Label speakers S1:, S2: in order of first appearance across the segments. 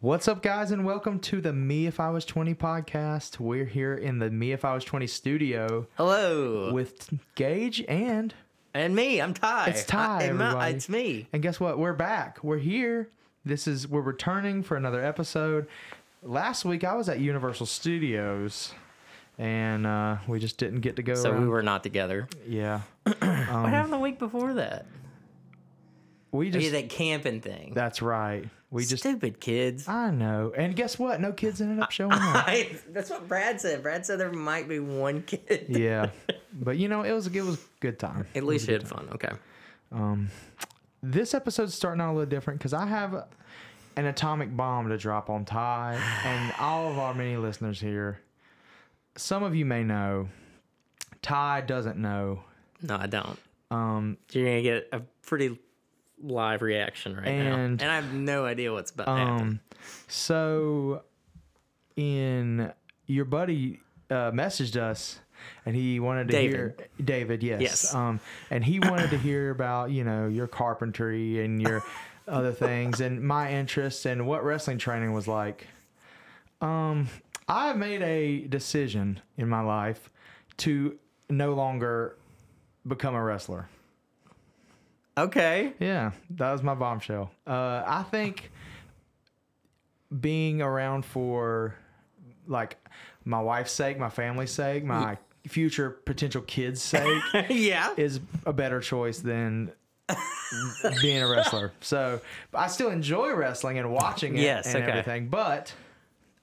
S1: What's up, guys, and welcome to the Me If I Was 20 podcast. We're here in the Me If I Was 20 studio
S2: Hello.
S1: with Gage and
S2: and me, I'm Ty.
S1: It's Ty,
S2: I- am I-
S1: everybody.
S2: it's me.
S1: and guess what? We're back. We're here. This is we're returning for another episode. Last week I was at Universal Studios, and uh, we just didn't get to go.
S2: So we
S1: around. Um,
S2: were not together.
S1: yeah.
S2: what happened the week before that?
S1: We
S2: Yeah,
S1: just
S2: that Ah. camping thing.
S1: that's right. We just
S2: Stupid kids.
S1: I know. And guess what? No kids ended up showing up.
S2: I- that's what Brad said. Brad said there might be one kid.
S1: yeah, but you know it was it was a good time.
S2: At least you had fun. Okay.
S1: this episode's starting out a little different because I have an atomic bomb to drop on Ty and all of our many listeners here. Some of you may know, Ty doesn't know,
S2: No, I don't.
S1: um,
S2: You're gonna get a pretty live reaction right
S1: And-
S2: now, and I have no idea what's about to happen.
S1: Um, so, in your buddy uh, messaged us, and he wanted to
S2: David.
S1: hear David. Yes.
S2: Yes.
S1: Um, and he wanted to hear about you know your carpentry and your other things and my interests and what wrestling training was like. Um, I made a decision in my life to no longer become a wrestler.
S2: Okay.
S1: Yeah, that was my bombshell. Uh, I think being around for like my wife's sake, my family's sake, my future potential kids' sake
S2: yeah.
S1: is a better choice than being a wrestler. So I still enjoy wrestling and watching it
S2: Yes,
S1: and
S2: okay.
S1: everything, but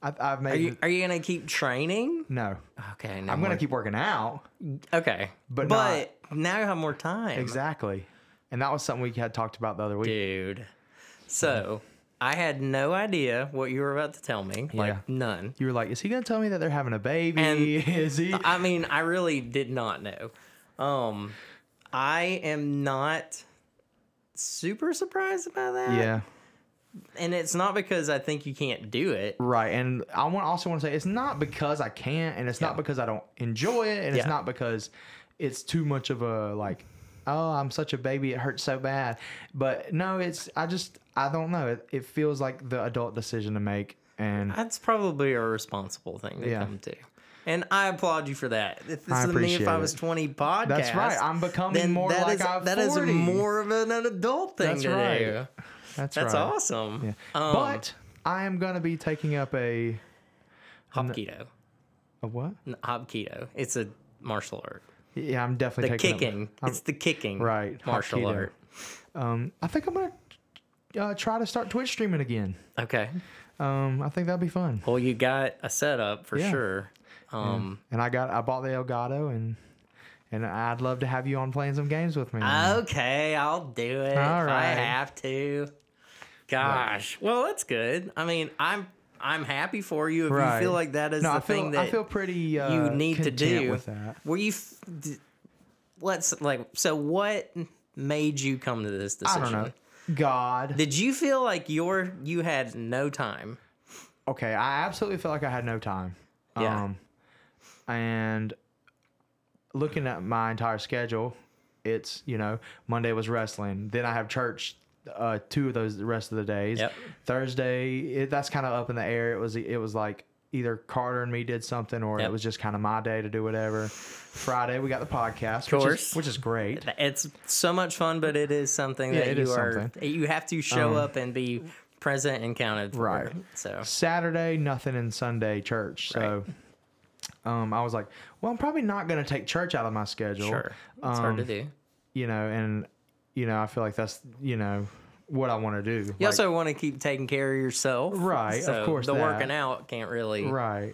S1: I, I've made
S2: Are you Oh, are you gonna keep training?
S1: no.
S2: Okay.
S1: I'm gonna keep working out.
S2: Okay.
S1: but
S2: but now you have more time.
S1: Exactly. And that was something we had talked about the other week.
S2: Dude. So I had no idea what you were about to tell me.
S1: Yeah.
S2: Like none.
S1: You were like, "Is he gonna tell me that they're having a baby?
S2: And-
S1: is he?"
S2: I mean, I really did not know. Um I am not super surprised by that.
S1: yeah.
S2: And it's not because I think you can't do it.
S1: Right, and I want also want to say it's not because I can't, and it's not because I don't enjoy it, and it's
S2: Yeah.
S1: not because it's too much of a like, oh, I'm such a baby, it hurts so bad. But no, it's I just I don't know. It, it feels like the adult decision to make, and
S2: That's probably a responsible thing to
S1: Yeah.
S2: come to. And I applaud you for that. If this
S1: I
S2: is me if
S1: appreciate
S2: I was
S1: it.
S2: 20 podcast.
S1: that's right. I'm becoming
S2: then
S1: more
S2: that
S1: like
S2: is-
S1: I'm
S2: that is
S1: 40.
S2: more of an adult thing
S1: That's
S2: to
S1: right.
S2: do.
S1: That's,
S2: That's
S1: right.
S2: awesome.
S1: Yeah.
S2: Um,
S1: but I am gonna be taking up a
S2: Hop keto.
S1: a what?
S2: N- Hop keto. It's a martial art.
S1: Yeah, I'm definitely
S2: The
S1: taking up-
S2: kicking.
S1: I'm-
S2: it's the kicking.
S1: Right, hop
S2: Martial
S1: keto.
S2: art.
S1: um, I think I'm gonna uh, try to start Twitch streaming again.
S2: Okay.
S1: Um, I think that'd be fun.
S2: Well, you got a setup for
S1: Yeah.
S2: sure. Um.
S1: and I got I bought the Elgato and and I'd love to have you on playing some games
S2: Oh,
S1: with me.
S2: Okay, I'll do it
S1: Mm. All
S2: if
S1: right.
S2: I have to. Gosh. Well, that's good. I mean, I'm I'm happy for you if you feel like that is
S1: no,
S2: the
S1: I feel,
S2: thing that
S1: I feel pretty uh,
S2: you need to
S1: content
S2: do.
S1: with that.
S2: Were you? F- d- let's like. So, what made you come to this
S1: I
S2: decision?
S1: don't know. God.
S2: Did you feel like your you had no time?
S1: Okay, I absolutely feel like I had no time.
S2: Yeah.
S1: Um and looking at my entire schedule, it's, you know, Monday was wrestling, then I have church uh two of those the rest of the days.
S2: Yep.
S1: Thursday, it, that's kind of up in the air. It was it was like either Carter and me did something or it
S2: Yep.
S1: was just kind of my day to do whatever. Friday, we got the podcast, which is,
S2: course.
S1: which is great.
S2: It's so much fun, but it is something
S1: Yeah,
S2: that
S1: it
S2: you
S1: is Um,
S2: are. You have to show up and be present and counted for.
S1: Right.
S2: So
S1: Saturday, nothing, and Sunday church. So, um, I was like, well, I'm probably not going to take church out of my schedule.
S2: sure, it's hard to
S1: um,
S2: do.
S1: You know, and you know, I feel like that's you know what I want to do.
S2: You
S1: Like,
S2: also want to keep taking care of yourself,
S1: Right, of
S2: so
S1: course
S2: the
S1: that.
S2: working out can't really.
S1: right.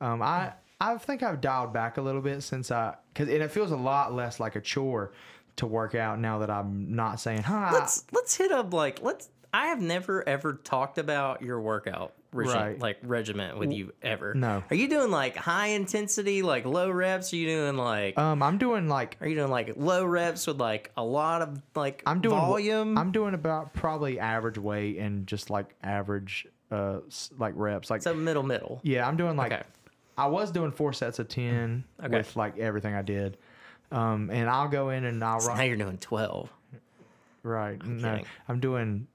S1: Um, I I think I've dialed back a little bit since I because and it feels a lot less like a chore to work out now that I'm not saying, huh.
S2: Let's let's hit up like let's. I have never ever talked about your workout regime,
S1: Right.
S2: like regiment with you ever.
S1: no.
S2: Are you doing like high intensity, like low reps? Are you doing like?
S1: um, I'm doing like
S2: are you doing like low reps with like a lot of like
S1: I'm doing
S2: volume?
S1: I'm doing about probably average weight and just like average uh s- like reps like
S2: so middle middle.
S1: Yeah, I'm doing like
S2: Okay.
S1: I was doing four sets of ten
S2: Okay.
S1: with like everything I did. Um, and I'll go in and I'll
S2: Now
S1: run
S2: you're doing twelve.
S1: right. no,
S2: kidding.
S1: I'm doing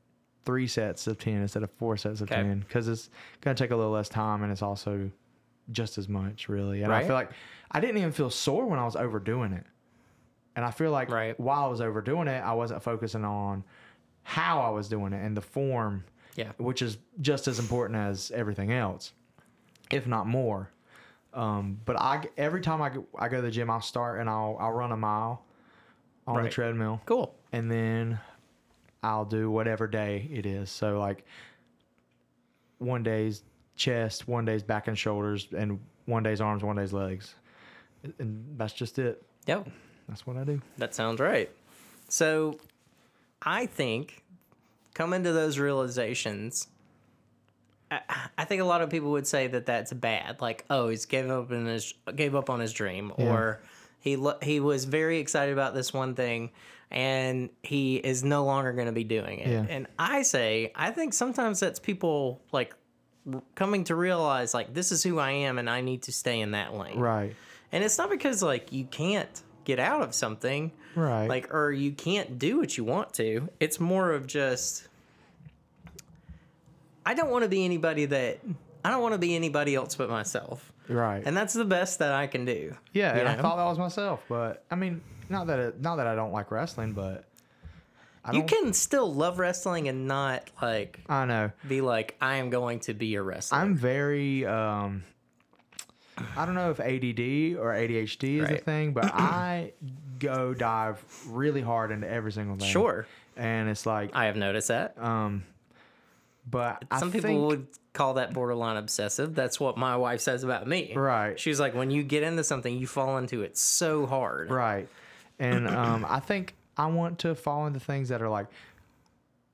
S1: three sets of ten instead of four sets of
S2: Okay.
S1: ten because it's gonna take a little less time and it's also just as much really. And
S2: Right.
S1: I feel like I didn't even feel sore when I was overdoing it. And I feel like
S2: Right.
S1: while I was overdoing it, I wasn't focusing on how I was doing it and the form,
S2: Yeah.
S1: which is just as important as everything else, if not more. Um, but I every time I, go- I go to the gym, I'll start and I'll I'll run a mile on the
S2: Right.
S1: treadmill
S2: Cool.
S1: and then I'll do whatever day it is. So like one day's chest, one day's back and shoulders, and one day's arms, one day's legs, and that's just it.
S2: Yep.
S1: That's what I do.
S2: That sounds right. So I think coming to those realizations, I, I think a lot of people would say that that's bad. Like, oh, he's gave up in his gave up on his dream,
S1: Yeah.
S2: or he lo- he was very excited about this one thing, and he is no longer going to be doing it.
S1: Yeah.
S2: And I say, I think sometimes that's people like r- coming to realize like this is who I am, and I need to stay in that lane.
S1: Right.
S2: And it's not because like you can't get out of something,
S1: Right.
S2: like or you can't do what you want to. It's more of just I don't want to be anybody that I don't want to be anybody else but myself.
S1: right.
S2: And that's the best that I can do.
S1: yeah,
S2: you
S1: and I
S2: know?
S1: thought that was myself, but I mean, not that it, not that I don't like wrestling, but I
S2: you
S1: don't.
S2: can still love wrestling and not like
S1: I know.
S2: be like I am going to be a wrestler.
S1: I'm very um I don't know if ADD or ADHD is a
S2: Right.
S1: thing, but I go dive really hard into every single thing.
S2: sure.
S1: And it's like
S2: I have noticed that.
S1: um but
S2: Some
S1: I
S2: people
S1: think,
S2: would call that borderline obsessive. That's what my wife says about me.
S1: Right.
S2: She's like, when you get into something, you fall into it so hard.
S1: Right. And um, I think I want to fall into things that are like,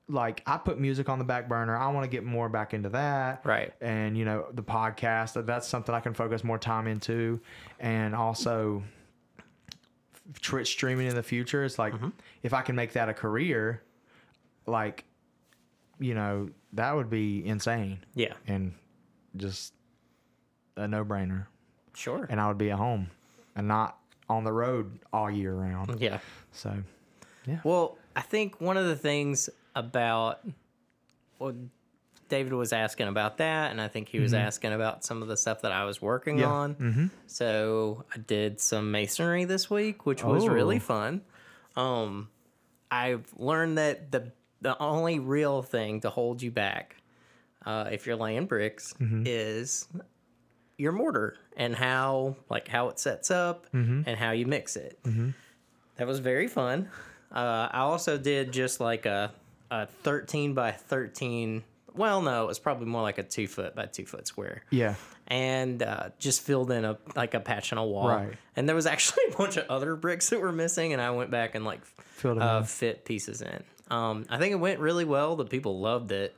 S1: like I put music on the back burner. I want to get more back into that.
S2: Right.
S1: And, you know, the podcast, that- that's something I can focus more time into. And also, Twitch streaming in the future. It's like,
S2: Mm-hmm.
S1: if I can make that a career, like, you know, that would be insane
S2: Yeah.
S1: and just a no brainer
S2: Sure.
S1: and I would be at home and not on the road all year round.
S2: Yeah.
S1: So
S2: Well, I think one of the things about well, David was asking about that, and I think he was asking about some of the stuff that I was working
S1: Yeah.
S2: on. So I did some masonry this week, which was really
S1: Oh.
S2: fun. Um, I've learned that the the only real thing to hold you back, uh, if you're laying bricks, is your mortar and how like how it sets up and how you mix it. That was very fun. Uh, I also did just like a, a 13 by 13. Well, no, it was probably more like a two foot by two foot square.
S1: yeah,
S2: And uh, just filled in a like a patch in a wall.
S1: Right.
S2: And there was actually a bunch of other bricks that were missing, and I went back and like
S1: Filled 'em
S2: uh,
S1: in.
S2: fit pieces in. Um, I think it went really well. The people loved it.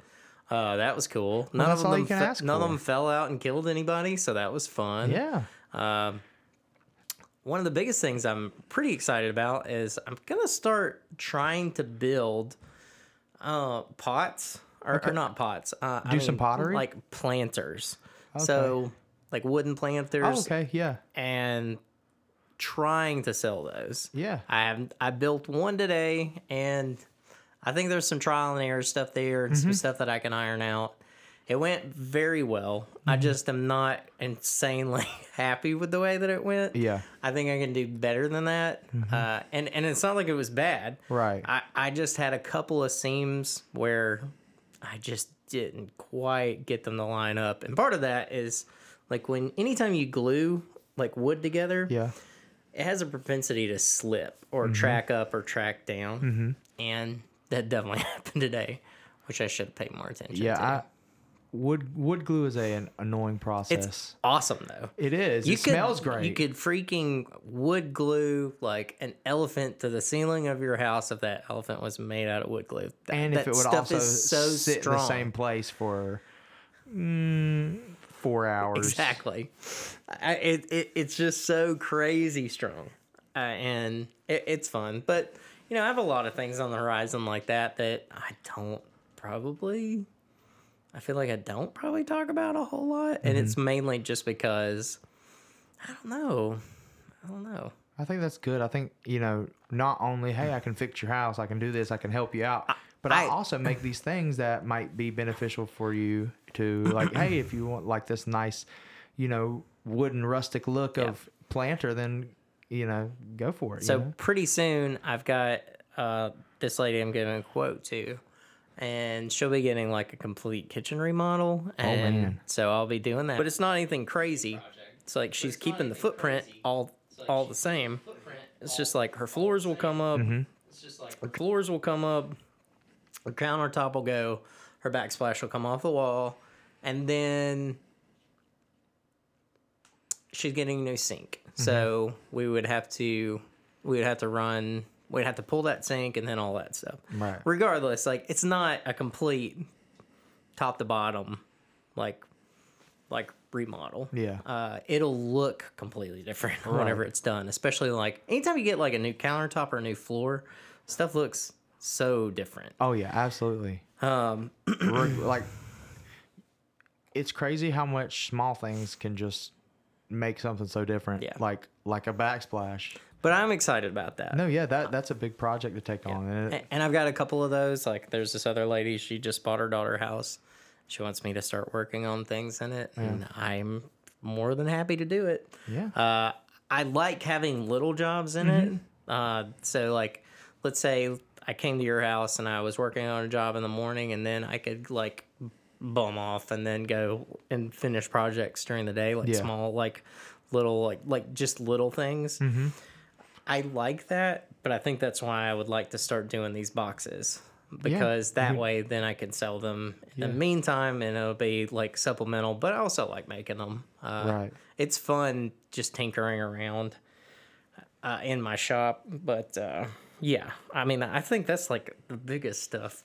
S2: Uh, that was cool. None
S1: that's
S2: of
S1: all
S2: them,
S1: you can
S2: fe-
S1: ask
S2: none of
S1: for.
S2: them fell out and killed anybody, so that was fun.
S1: yeah,
S2: Um, one of the biggest things I'm pretty excited about is I'm gonna start trying to build uh, pots or, or not pots. Uh, I
S1: Do some pottery?
S2: like planters. So like wooden planters
S1: oh, okay, yeah,
S2: and trying to sell those.
S1: yeah,
S2: I have I built one today, and I think there's some trial and error stuff there, and
S1: Mm-hmm.
S2: some stuff that I can iron out. It went very well. I
S1: Mm-hmm.
S2: just am not insanely happy with the way that it went.
S1: Yeah. Mm-hmm.
S2: I think I can do better than that. Uh, and and it's not like it was bad.
S1: Right.
S2: I I just had a couple of seams where I just didn't quite get them to line up, and part of that is like when anytime you glue like wood together,
S1: yeah, Mm-hmm.
S2: it has a propensity to slip or track up or track down. And that definitely happened today, which I should have paid more attention
S1: yeah.
S2: to.
S1: I, wood wood glue is a, an annoying process.
S2: it's awesome though.
S1: it is. it
S2: could-
S1: smells great.
S2: You could freaking wood glue like an elephant to the ceiling of your house if that elephant was made out of wood glue. That,
S1: and if
S2: that
S1: it would
S2: stuff
S1: also
S2: is so
S1: sit
S2: strong.
S1: in the same place for mm, four hours,
S2: Exactly. I, it, it it's just so crazy strong, uh, and it, it's fun. But you know, I have a lot of things on the horizon like that that I don't probably. I feel like I don't probably talk about a whole lot, and it's mainly just because I don't know. I don't know.
S1: I think that's good. I think you know, not only hey, I can fix your house, I can do this, I can help you out, But I,
S2: I-
S1: also make these things that might be beneficial for you to like, hey, if you want like this nice, you know, wooden rustic look of planter, then you know, go for it. you
S2: So
S1: know?
S2: pretty soon, I've got uh, this lady I'm giving a quote to, and she'll be getting like a complete kitchen remodel, and
S1: man.
S2: so I'll be doing that. But it's not anything crazy. It's like she's keeping the footprint all all the same. It's just like her floors will come up. It's just like her floors will come up. Her countertop will go. Her backsplash will come off the wall, and then she's getting a new sink.
S1: Mm-hmm.
S2: So we would have to we would have to run we'd have to pull that sink and then all that stuff.
S1: Right.
S2: Regardless, like it's not a complete top to bottom like like remodel.
S1: Yeah.
S2: Uh, it'll look completely different whenever it's done, especially like anytime you get like a new countertop or a new floor, stuff looks so different.
S1: Oh yeah, absolutely. Um, like it's crazy how much small things can just make something so different.
S2: Yeah.
S1: Like like a backsplash.
S2: But I'm excited about that.
S1: No, yeah, that that's a big project to take on. And it,
S2: A- And I've got a couple of those. Like, there's this other lady. She just bought her daughter a house. She wants me to start working on things in it, and I'm more than happy to do it.
S1: yeah.
S2: Uh, I like having little jobs in it. Uh, so, like, let's say I came to your house and I was working on a job in the morning, and then I could like bum off and then go and finish projects during the day, like
S1: Yeah.
S2: small, like little, like like just little things. I like that, but I think that's why I would like to start doing these boxes because that way then I can sell them in the meantime and it'll be like supplemental, but I also like making them. Uh,
S1: Right.
S2: It's fun just tinkering around uh, in my shop, but uh, yeah, I mean, I think that's like the biggest stuff.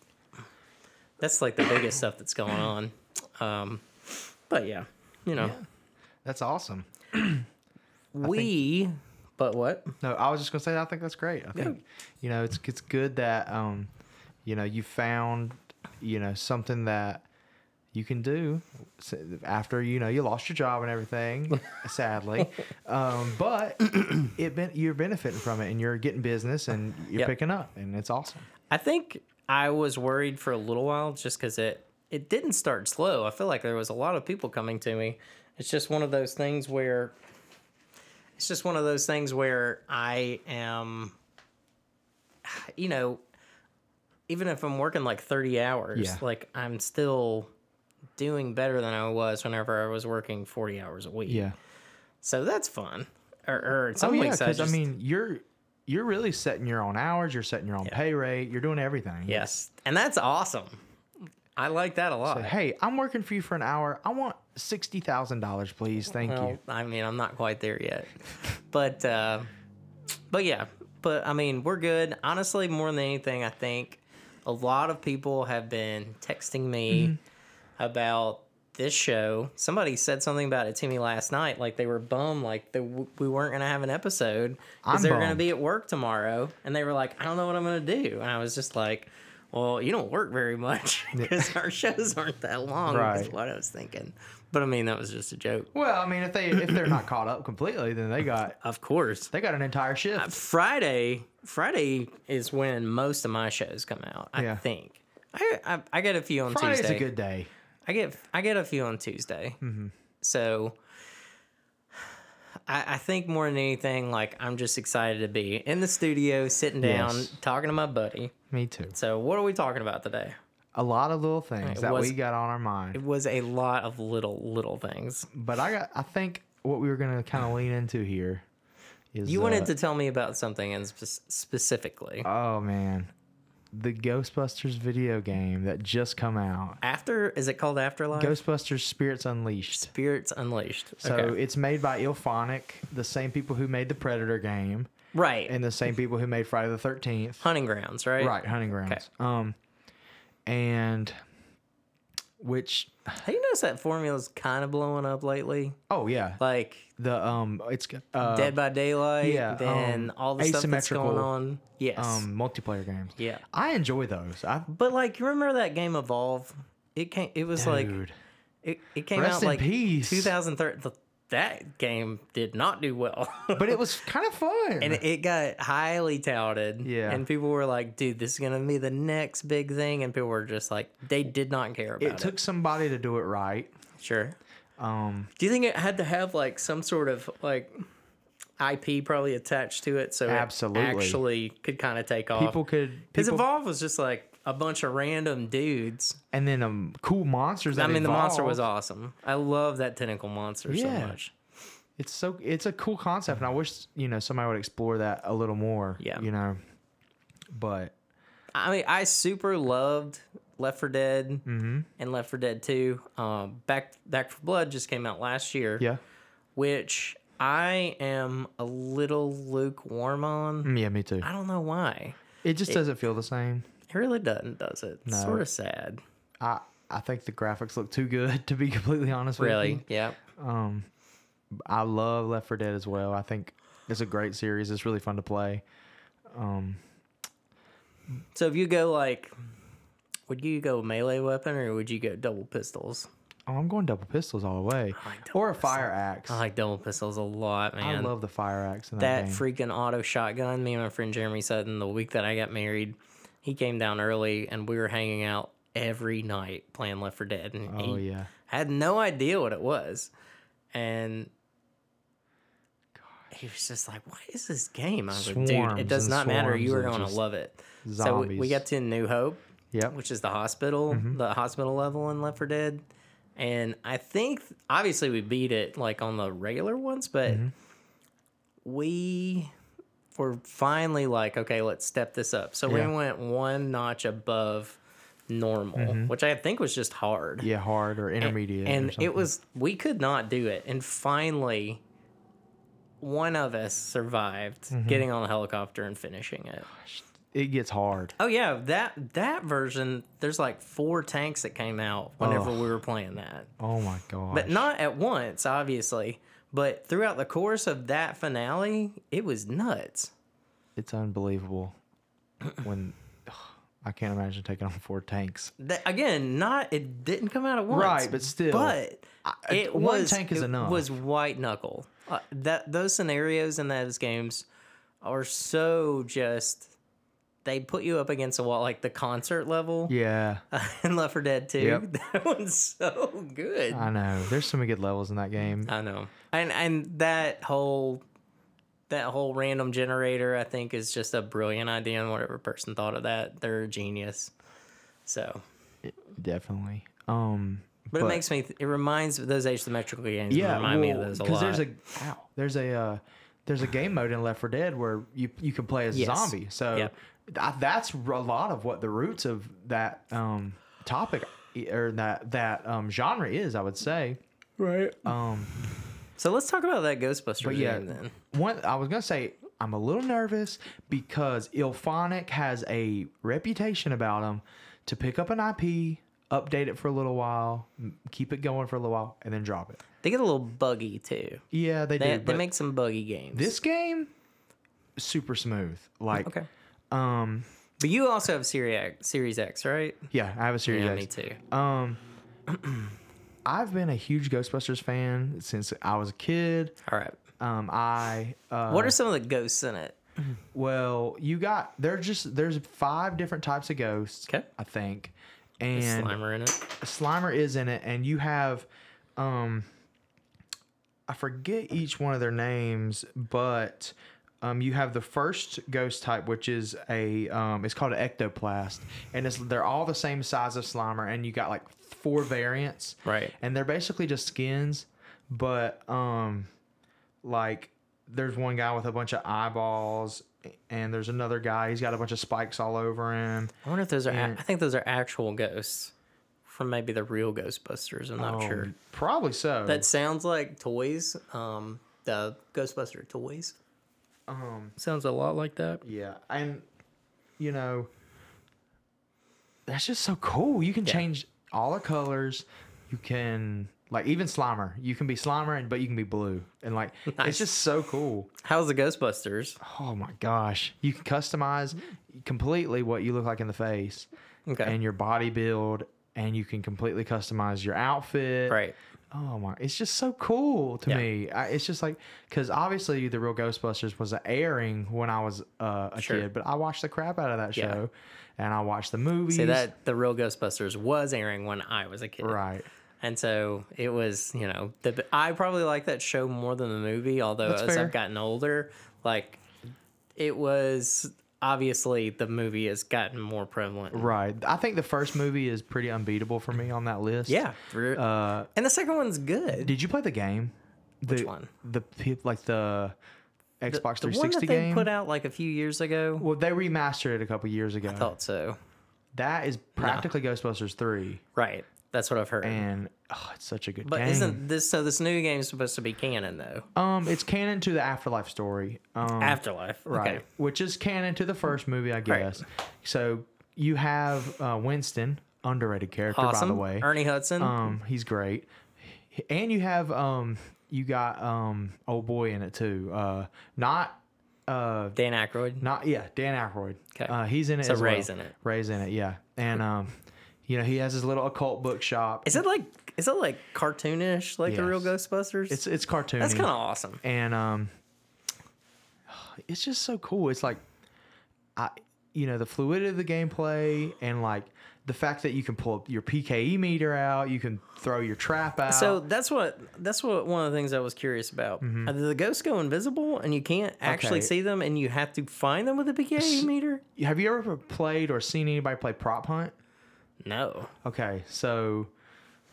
S2: That's like the biggest stuff that's going on. Um, but yeah, you know,
S1: that's awesome.
S2: we, but what?
S1: No, I was just gonna say I think that's great. I think you know it's it's good that um you know you found you know something that you can do s- after you know you lost your job and everything sadly um, but it ben- you're benefiting from it and you're getting business and you're
S2: Yep.
S1: picking up and it's awesome
S2: I think I was worried for a little while just because it it didn't start slow. I feel like there was a lot of people coming to me. It's just one of those things where it's just one of those things where I am, you know, even if I'm working like 30 hours,
S1: Yeah.
S2: like I'm still doing better than I was whenever I was working 40 hours a week.
S1: yeah
S2: So that's fun. Or, or in
S1: oh
S2: some
S1: yeah
S2: weeks I
S1: because I,
S2: just-
S1: mean you're you're really setting your own hours you're setting your own pay rate you're doing everything
S2: yes. And that's awesome. I like that a lot.
S1: But, hey I'm working for you for an hour I want sixty thousand dollars please thank you
S2: Well, I mean, I'm not quite there yet, but uh, but yeah, but I mean, we're good. Honestly, more than anything, I think a lot of people have been texting me
S1: Mm-hmm.
S2: about this show. Somebody said something about it to me last night, like they were bummed, like they, we weren't gonna have an episode
S1: I'm
S2: because they were gonna
S1: bummed.
S2: be at work tomorrow, and they were like, I don't know what I'm gonna do, and I was just like. Well, you don't work very much because our shows aren't that long. Is
S1: Right.
S2: what I was thinking, but I mean that was just a joke.
S1: Well, I mean, if they if they're not caught up completely, then they got
S2: Of course.
S1: they got an entire shift.
S2: Friday Friday is when most of my shows come out, I
S1: Yeah.
S2: think. I, I I get a few on
S1: Friday's
S2: Tuesday.
S1: a good Mm-hmm. day.
S2: I get I get a few on Tuesday. So I, I think more than anything, like I'm just excited to be in the studio, sitting down,
S1: Yes.
S2: talking to my buddy.
S1: Me too.
S2: So what are we talking about today?
S1: A lot of little things that
S2: was-
S1: we got on our mind,
S2: It was a lot of little little things.
S1: but I got I think what we were gonna kind of lean into here is
S2: You
S1: uh,
S2: wanted to tell me about something and spe- specifically.
S1: Oh man, the Ghostbusters video game that just come out,
S2: After is it called Afterlife?
S1: Ghostbusters Spirits Unleashed.
S2: Spirits Unleashed.
S1: So
S2: okay.
S1: it's made by Ilphonic, the same people who made the Predator game,
S2: Right.
S1: and the same people who made Friday the Thirteenth.
S2: hunting grounds, right?
S1: Right, hunting grounds. Um, and which
S2: Have you noticed that formula's kind of blowing up lately?
S1: oh yeah,
S2: Like
S1: the um, it's uh,
S2: Dead by Daylight,
S1: yeah,
S2: then
S1: um,
S2: all the stuff that's going
S1: asymmetrical,
S2: on. Yes.
S1: um multiplayer games.
S2: yeah.
S1: I enjoy those. I
S2: But like, you remember that game Evolve? It came. It was like
S1: dude,
S2: it, it came
S1: Rest
S2: out
S1: in
S2: like
S1: peace.
S2: 2013. that game did not do well.
S1: But it was kind of fun.
S2: and it got highly touted.
S1: Yeah.
S2: And people were like, dude, this is going to be the next big thing. And people were just like, they did not care about it.
S1: it took somebody to do it right.
S2: sure.
S1: Um,
S2: Do you think it had to have like some sort of like IP probably attached to it? So it
S1: Absolutely.
S2: actually could kind of take off.
S1: people could
S2: Because
S1: people-
S2: Evolve was just like a bunch of random dudes.
S1: and then um cool monsters.
S2: I
S1: that
S2: mean, the monster was
S1: evolved.
S2: awesome. I love that tentacle monster so
S1: Yeah.
S2: much.
S1: It's so it's a cool concept, and I wish you know somebody would explore that a little more.
S2: Yeah.
S1: you know, but
S2: I mean, I super loved Left 4 Dead
S1: Mm-hmm.
S2: and Left 4 Dead 2. Um, Back Back for Blood just came out last year,
S1: yeah,
S2: which I am a little lukewarm on.
S1: Mm, yeah, me too.
S2: I don't know why.
S1: It just doesn't feel the same.
S2: It really doesn't, does it? It's
S1: No.
S2: Sort of sad.
S1: I I think the graphics look too good to be completely honest with
S2: Really?
S1: you.
S2: Yeah.
S1: Um, I love Left 4 Dead as well. I think it's a great series. It's really fun to play.
S2: So if you go like, would you go melee weapon or would you go double pistols?
S1: Oh, I'm going double pistols all the way,
S2: like double
S1: or a fire axe.
S2: I like double pistols a lot,
S1: I
S2: man.
S1: love the fire axe in that,
S2: that
S1: game.
S2: freaking auto shotgun. Me and my friend Jeremy Sutton, the week that I got married, he came down early and we were hanging out every night playing Left 4 Dead. And
S1: oh
S2: he
S1: yeah,
S2: had no idea what it was. And he was just like, What is this game? I was like, Dude,
S1: Swarms
S2: it does
S1: and
S2: not matter. You
S1: swarms
S2: are
S1: and
S2: going to
S1: just
S2: love it. So we, we
S1: zombies. Mm-hmm.
S2: got to New Hope,
S1: yep.
S2: which is the hospital, the hospital level in Left 4 Dead. And I think obviously we beat it like on the regular ones, but
S1: Mm-hmm.
S2: we were finally like, okay, let's step this up. So
S1: Yeah.
S2: we went one notch above normal, which I think was just hard.
S1: Mm-hmm. Yeah, hard or intermediate.
S2: And
S1: or
S2: it
S1: something.
S2: was we could not do it. And finally one of us survived
S1: Mm-hmm.
S2: getting on a helicopter and finishing it.
S1: It gets hard.
S2: Oh yeah, that that version. There's like four tanks that came out whenever we were playing that,
S1: Oh my god.
S2: but not at once, obviously. But throughout the course of that finale, it was nuts.
S1: it's unbelievable when ugh, I can't imagine taking on four tanks.
S2: That, again, not it didn't come out at once,
S1: Right, but still.
S2: But it
S1: one
S2: was
S1: tank is
S2: it
S1: enough.
S2: Was white knuckle uh, that those scenarios in those games are so just they put you up against a wall like the concert level
S1: Yeah,
S2: in Left 4 Dead 2.
S1: Yep.
S2: That one's so good.
S1: I know. There's so many good levels in that game.
S2: I know. And and that whole that whole random generator I think is just a brilliant idea and whatever person thought of that, they're a genius. So
S1: Definitely. Um,
S2: but, it makes me th- it reminds those asymmetrical games
S1: yeah,
S2: remind me of
S1: well,
S2: those a
S1: 'cause
S2: lot.
S1: there's a ow, there's a uh, there's a game mode in Left 4 Dead where you you can play as a
S2: Yes.
S1: zombie. So
S2: Yep.
S1: th- that's a lot of what the roots of that um topic e, or that that um genre is. I would say.
S2: right.
S1: Um,
S2: So let's talk about that Ghostbusters
S1: yeah.
S2: game then.
S1: one I was gonna say I'm a little nervous because Ilphonic has a reputation about them to pick up an IP, update it for a little while, m- keep it going for a little while, and then drop it.
S2: They get a little buggy too.
S1: Yeah, they,
S2: They,
S1: do.
S2: they
S1: But
S2: make some buggy games.
S1: this game super smooth. Like,
S2: okay.
S1: um,
S2: But you also have Series X, Series X right?
S1: yeah, I have a series.
S2: Yeah,
S1: X.
S2: me too.
S1: Um, I've been a huge Ghostbusters fan since I was a kid.
S2: All right.
S1: Um, I uh,
S2: What are some of the ghosts in it?
S1: Well, you got there's just there's five different types of ghosts.
S2: 'Kay.
S1: I think, and Slimer.
S2: Slimer in it.
S1: is in it, and you have, um, I forget each one of their names, but. Um, you have the first ghost type, which is a um, it's called an ectoplast, and it's they're all the same size of Slimer, and you got like four variants,
S2: Right.
S1: and they're basically just skins, but um, like there's one guy with a bunch of eyeballs, and there's another guy. He's got a bunch of spikes all over him.
S2: I wonder if those are. ac
S1: And-
S2: I think those are actual ghosts from maybe the real Ghostbusters. I'm not
S1: Um,
S2: sure.
S1: Probably so.
S2: That sounds like toys. Um, the Ghostbuster toys. Um, sounds a lot like that.
S1: yeah, and you know, that's just so cool. You can change all the colors. You can like even Slimer. You can be Slimer, and but you can be blue, and like it's just so cool.
S2: How's the Ghostbusters?
S1: Oh my gosh, you can customize completely what you look like in the face.
S2: Okay.
S1: and your body build and you can completely customize your outfit
S2: right.
S1: oh my, it's just so cool to
S2: Yeah.
S1: me. I, it's just like because obviously the real Ghostbusters was an airing when I was uh, a
S2: Sure.
S1: kid, but I watched the crap out of that
S2: Yeah.
S1: show, and I watched the movies.
S2: Say that the real Ghostbusters was airing when I was a kid,
S1: right?
S2: And so it was, you know, the I probably like that show more than the movie. Although
S1: That's
S2: as
S1: fair.
S2: I've gotten older, like it was obviously the movie has gotten more prevalent.
S1: Right. I think the first movie is pretty unbeatable for me on that list.
S2: Yeah, for-
S1: Uh,
S2: and the second one's good.
S1: did you play the game? The,
S2: Which one?
S1: The pe- like the Xbox
S2: The one
S1: 360
S2: that they
S1: game.
S2: put out like a few years ago.
S1: well, they remastered it a couple years ago.
S2: Thought so,
S1: that is practically Ghostbusters three,
S2: right? That's what I've heard.
S1: and oh, it's such a good
S2: but
S1: game.
S2: isn't this so? This new game's supposed to be canon though.
S1: um, it's canon to the Afterlife story. Um,
S2: Afterlife,
S1: right,
S2: Okay.
S1: which is canon to the first movie, I guess. So you have uh, Winston, underrated character
S2: Awesome. Er
S1: by the way.
S2: Ernie Hudson.
S1: Um, he's great. And you have um, you got um, old boy in it too. Uh, not uh,
S2: Dan Aykroyd.
S1: not yeah, Dan Aykroyd.
S2: 'Kay.
S1: Uh, he's in it.
S2: So
S1: as
S2: Ray's
S1: well.
S2: in it.
S1: Ray's in it. Yeah, and um, you know he has his little occult bookshop.
S2: Is it like is it like cartoonish like the real
S1: Yes.
S2: Ghostbusters?
S1: It's it's cartoony.
S2: That's kind of awesome.
S1: and um, it's just so cool. It's like I, you know, the fluidity of the gameplay and like the fact that you can pull up your PKE meter out, you can throw your trap out.
S2: So that's what that's what one of the things I was curious about. Uh, The ghosts go invisible, and you can't actually
S1: Okay.
S2: see them, and you have to find them with a PKA meter.
S1: Have you ever played or seen anybody play prop hunt?
S2: No,
S1: Okay, so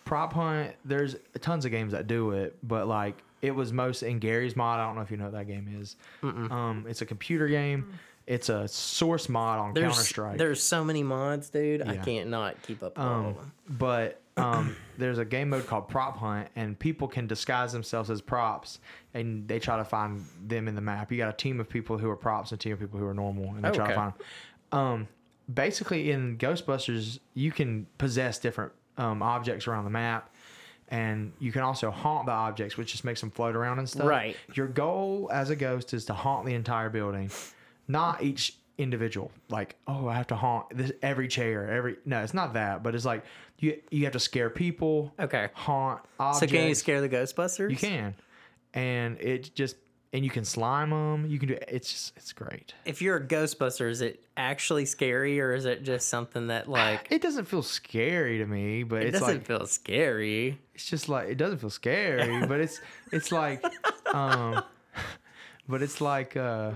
S1: prop hunt. There's tons of games that do it, but like it was most in Gary's mod. I don't know if you know what that game is. Um, it's a computer game. It's a source mod on Counter
S2: Mm. there's
S1: Strike.
S2: there's so many mods, dude. I
S1: Yeah.
S2: can't not keep up with all of them.
S1: but um, there's a game mode called Prop Hunt, and people can disguise themselves as props, and they try to find them in the map. You got a team of people who are props and a team of people who are normal, and they try
S2: Okay.
S1: to find them. Um, basically, in Ghostbusters, you can possess different um, objects around the map. And you can also haunt the objects, which just makes them float around and stuff.
S2: Right.
S1: Your goal as a ghost is to haunt the entire building, not each individual. Like, oh, I have to haunt this, every chair, every no, it's not that, but it's like you you have to scare people,
S2: Okay,
S1: haunt
S2: so
S1: objects.
S2: can you scare the Ghostbusters?
S1: You can, and it just and you can slime them. You can do it's just it's great.
S2: If you're a Ghostbuster, is it actually scary, or is it just something that like
S1: It doesn't feel scary to me, but
S2: it
S1: it's
S2: doesn't
S1: like
S2: feel scary?
S1: it's just like it doesn't feel scary, but it's it's like um but it's like uh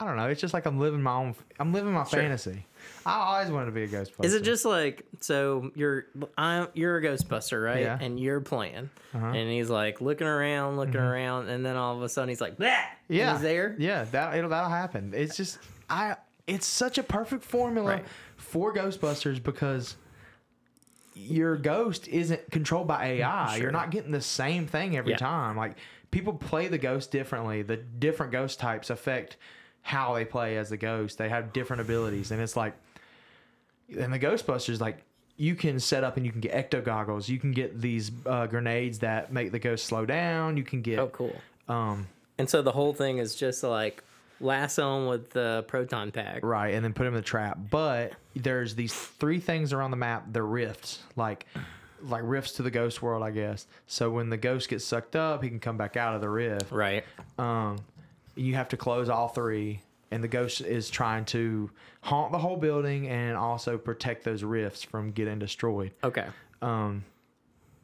S1: I don't know, it's just like I'm living my own I'm living my fantasy. I always wanted to be a Ghostbuster.
S2: Is it just like so you're I'm, you're a Ghostbuster, right?
S1: Yeah. Uh-huh.
S2: And you're playing, and he's like looking around, looking around, and then all of a sudden he's like, "Bleh!" And
S1: Mm-hmm. yeah,
S2: he's there.
S1: Yeah, that it'll that'll happen. It's just I it's such a perfect formula
S2: Right.
S1: for Ghostbusters because your ghost isn't controlled by AI.
S2: Sure.
S1: You're not getting the same thing every
S2: Yeah.
S1: time. Like people play the ghost differently. The different ghost types affect how they play as the ghost. They have different abilities, and it's like, and the Ghostbusters like you can set up and you can get ecto goggles. You can get these uh, grenades that make the ghost slow down. You can get
S2: Oh, cool.
S1: um,
S2: And so the whole thing is just like lasso him with the proton pack.
S1: Right, and then put him in the trap. But there's these three things around the map. They're rifts, like like rifts to the ghost world, I guess. So when the ghost gets sucked up, he can come back out of the rift.
S2: Right.
S1: Um, you have to close all three, and the ghost is trying to haunt the whole building and also protect those rifts from getting destroyed.
S2: Okay.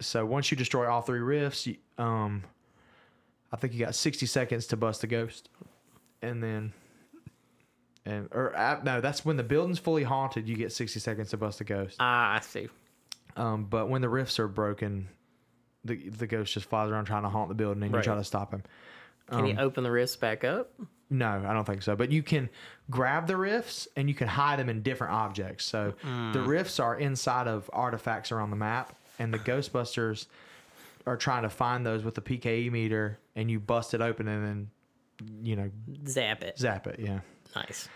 S1: So once you destroy all three rifts, you, um, I think you got 60 seconds to bust the ghost, and then, and or uh, no, that's when the building's fully haunted. You get 60 seconds to bust the ghost.
S2: Ah, I see.
S1: Um, but when the rifts are broken, the the ghost just flies around trying to haunt the building, and
S2: Right.
S1: you try to stop him.
S2: Can
S1: Um,
S2: you open the wrist back up?
S1: No, I don't think so. But you can grab the rifts and you can hide them in different objects. So
S2: Mm.
S1: the rifts are inside of artifacts around the map, and the Ghostbusters are trying to find those with the PKE meter, and you bust it open and then, you know,
S2: Zap it.
S1: zap it. Yeah.
S2: Nice.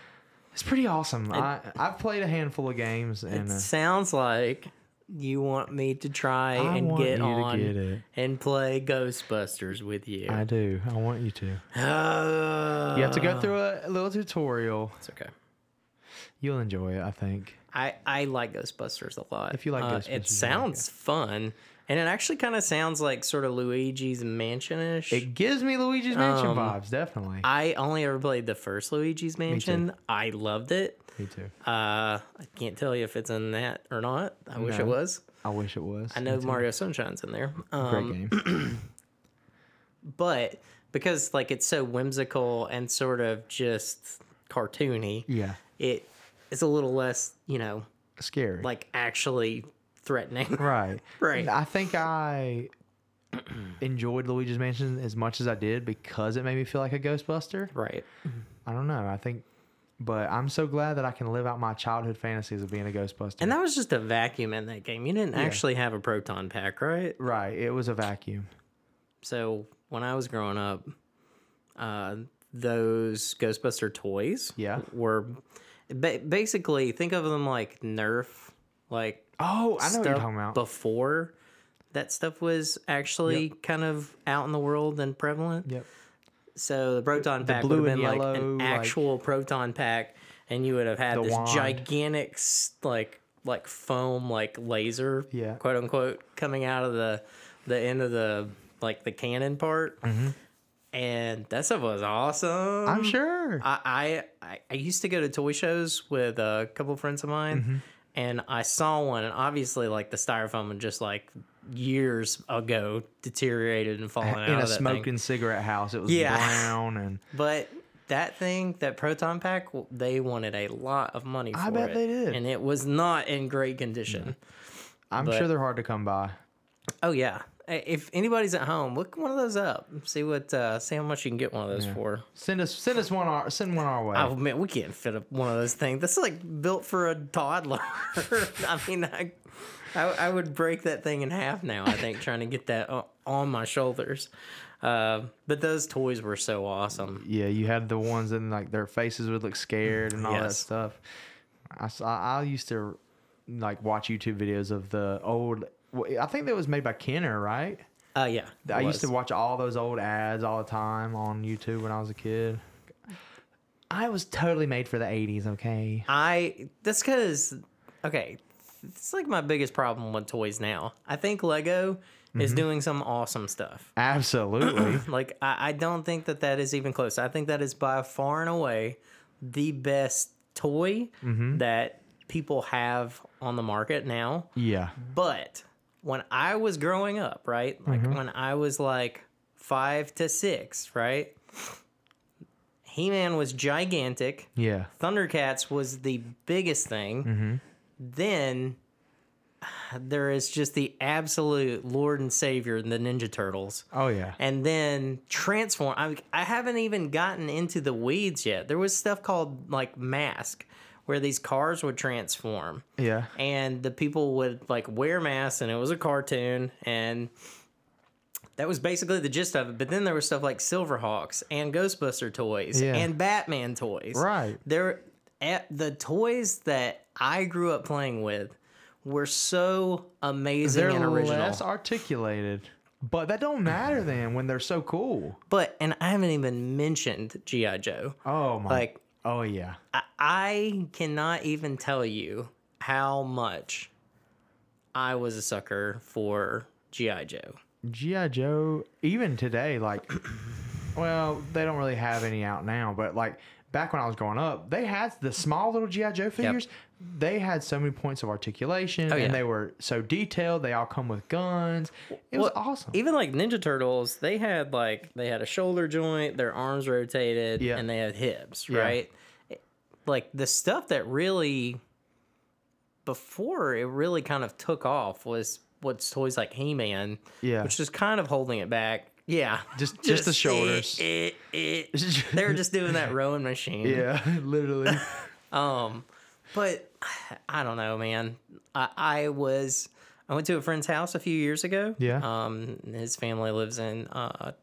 S1: It's pretty awesome. I, I've played a handful of games, and uh,
S2: Sounds like you want me to try
S1: I
S2: and
S1: want
S2: get
S1: you to
S2: on
S1: get it.
S2: and play Ghostbusters with you.
S1: I do. I want
S2: Uh.
S1: you to. You have to go through a, a little tutorial.
S2: It's okay.
S1: You'll enjoy it, I think.
S2: I, I like Ghostbusters a lot.
S1: If you like
S2: Uh,
S1: Ghostbusters, you like
S2: it sounds fun, and it actually kind of sounds like sort of Luigi's Mansion ish.
S1: It gives me Luigi's Mansion
S2: Um,
S1: vibes, definitely.
S2: I only ever played the first Luigi's Mansion. I loved it.
S1: me too.
S2: Uh, I can't tell you if it's in that or not. I wish
S1: No.
S2: it was.
S1: I wish it was.
S2: I know Mario Sunshine's in there.
S1: Great
S2: Um,
S1: game.
S2: but because like it's so whimsical and sort of just cartoony,
S1: Yeah.
S2: it it's a little less, you know,
S1: Scary.
S2: like actually threatening.
S1: Right.
S2: Right.
S1: I think I enjoyed Luigi's Mansion as much as I did because it made me feel like a Ghostbuster.
S2: right.
S1: I don't know. I think, but I'm so glad that I can live out my childhood fantasies of being a Ghostbuster.
S2: And that was just a vacuum in that game. You didn't actually have a proton pack, right?
S1: right. It was a vacuum.
S2: So when I was growing up, uh, those Ghostbuster toys,
S1: Yeah.
S2: were ba- basically think of them like Nerf, like
S1: Oh, I know what you're
S2: stuff
S1: talking about.
S2: before that stuff was actually kind of out in the world and prevalent.
S1: yep.
S2: So the proton pack
S1: blue
S2: would have
S1: and
S2: been like
S1: yellow,
S2: an
S1: like-
S2: actual proton pack, and you would have had
S1: The
S2: this
S1: wand.
S2: gigantic s- like like foam like laser,
S1: Yeah.
S2: quote unquote, coming out of the the end of the like the cannon part, and that stuff was awesome.
S1: Mm-hmm. I'm sure.
S2: Um, I, I I used to go to toy shows with a couple friends of mine,
S1: Mm-hmm.
S2: and I saw one, and obviously like the styrofoam had just like years ago deteriorated and fallen out
S1: in a
S2: of that thing.
S1: smoking cigarette house, it was
S2: Yeah.
S1: brown and
S2: But that thing, that proton pack, w- they wanted a lot of money. For
S1: I bet
S2: it,
S1: they did. Mm-hmm.
S2: and it was not in great condition.
S1: I'm
S2: But-
S1: sure they're hard to come by.
S2: Oh yeah. I- If anybody's at home, look one of those up. See what, uh, see how much you can get one of those for.
S1: Send us, send us one our, send one our way.
S2: Oh man, we can't fit up one of those things. That's like built for a toddler. I mean, I, I, I would break that thing in half now. I think trying to get that o- on my shoulders. Uh, but those toys were so awesome.
S1: Yeah, you had the ones and like their faces would look scared and all that
S2: Yes.
S1: stuff. I saw. I used to like watch YouTube videos of the old. well, I think that was made by Kenner, right?
S2: Uh, yeah,
S1: I
S2: it
S1: used to
S2: was.
S1: watch all those old ads all the time on YouTube when I was a kid. I was totally made for the '80s. Okay.
S2: I that's because okay, it's like my biggest problem with toys now. I think Lego
S1: Mm-hmm.
S2: is doing some awesome stuff.
S1: Absolutely.
S2: Like I, I don't think that that is even close. I think that is by far and away the best toy that people have on the market now.
S1: yeah.
S2: But when I was growing up, right? Like when I was like five to six, right? He Man was gigantic.
S1: Yeah.
S2: Thundercats was the biggest thing. Then there is just the absolute Lord and Savior, the Ninja Turtles.
S1: Oh yeah.
S2: And then Transform. I, I haven't even gotten into the weeds yet. There was stuff called like Mask, where these cars would transform
S1: Yeah.
S2: and the people would like wear masks and it was a cartoon and that was basically the gist of it but then there was stuff like silverhawks and ghostbuster toys
S1: Yeah.
S2: and batman toys
S1: Right.
S2: there at the toys that i grew up playing with were so amazing
S1: They're
S2: and original
S1: less articulated, but that don't matter then when they're so cool.
S2: but and i haven't even mentioned gi joe
S1: Oh my.
S2: like
S1: oh yeah.
S2: I- I cannot even tell you how much I was a sucker for GI Joe.
S1: GI Joe, even today, like, well, they don't really have any out now, but like back when I was growing up, they had the small little GI Joe figures. They had so many points of articulation,
S2: Oh, yeah.
S1: and they were so detailed. They all come with guns. It was awesome.
S2: Even like Ninja Turtles, they had like they had a shoulder joint, their arms rotated,
S1: Yeah.
S2: and they had hips, right? Like the stuff that really before it really kind of took off was what's toys like He Man,
S1: Yeah.
S2: which is kind of holding it back. Yeah,
S1: Just- just the
S2: eh,
S1: shoulders.
S2: eh, eh. they were just doing that rowing machine.
S1: yeah, literally.
S2: Um, but I don't know, man. I, I was I went to a friend's house a few years ago.
S1: Yeah.
S2: Um, his family lives in uh,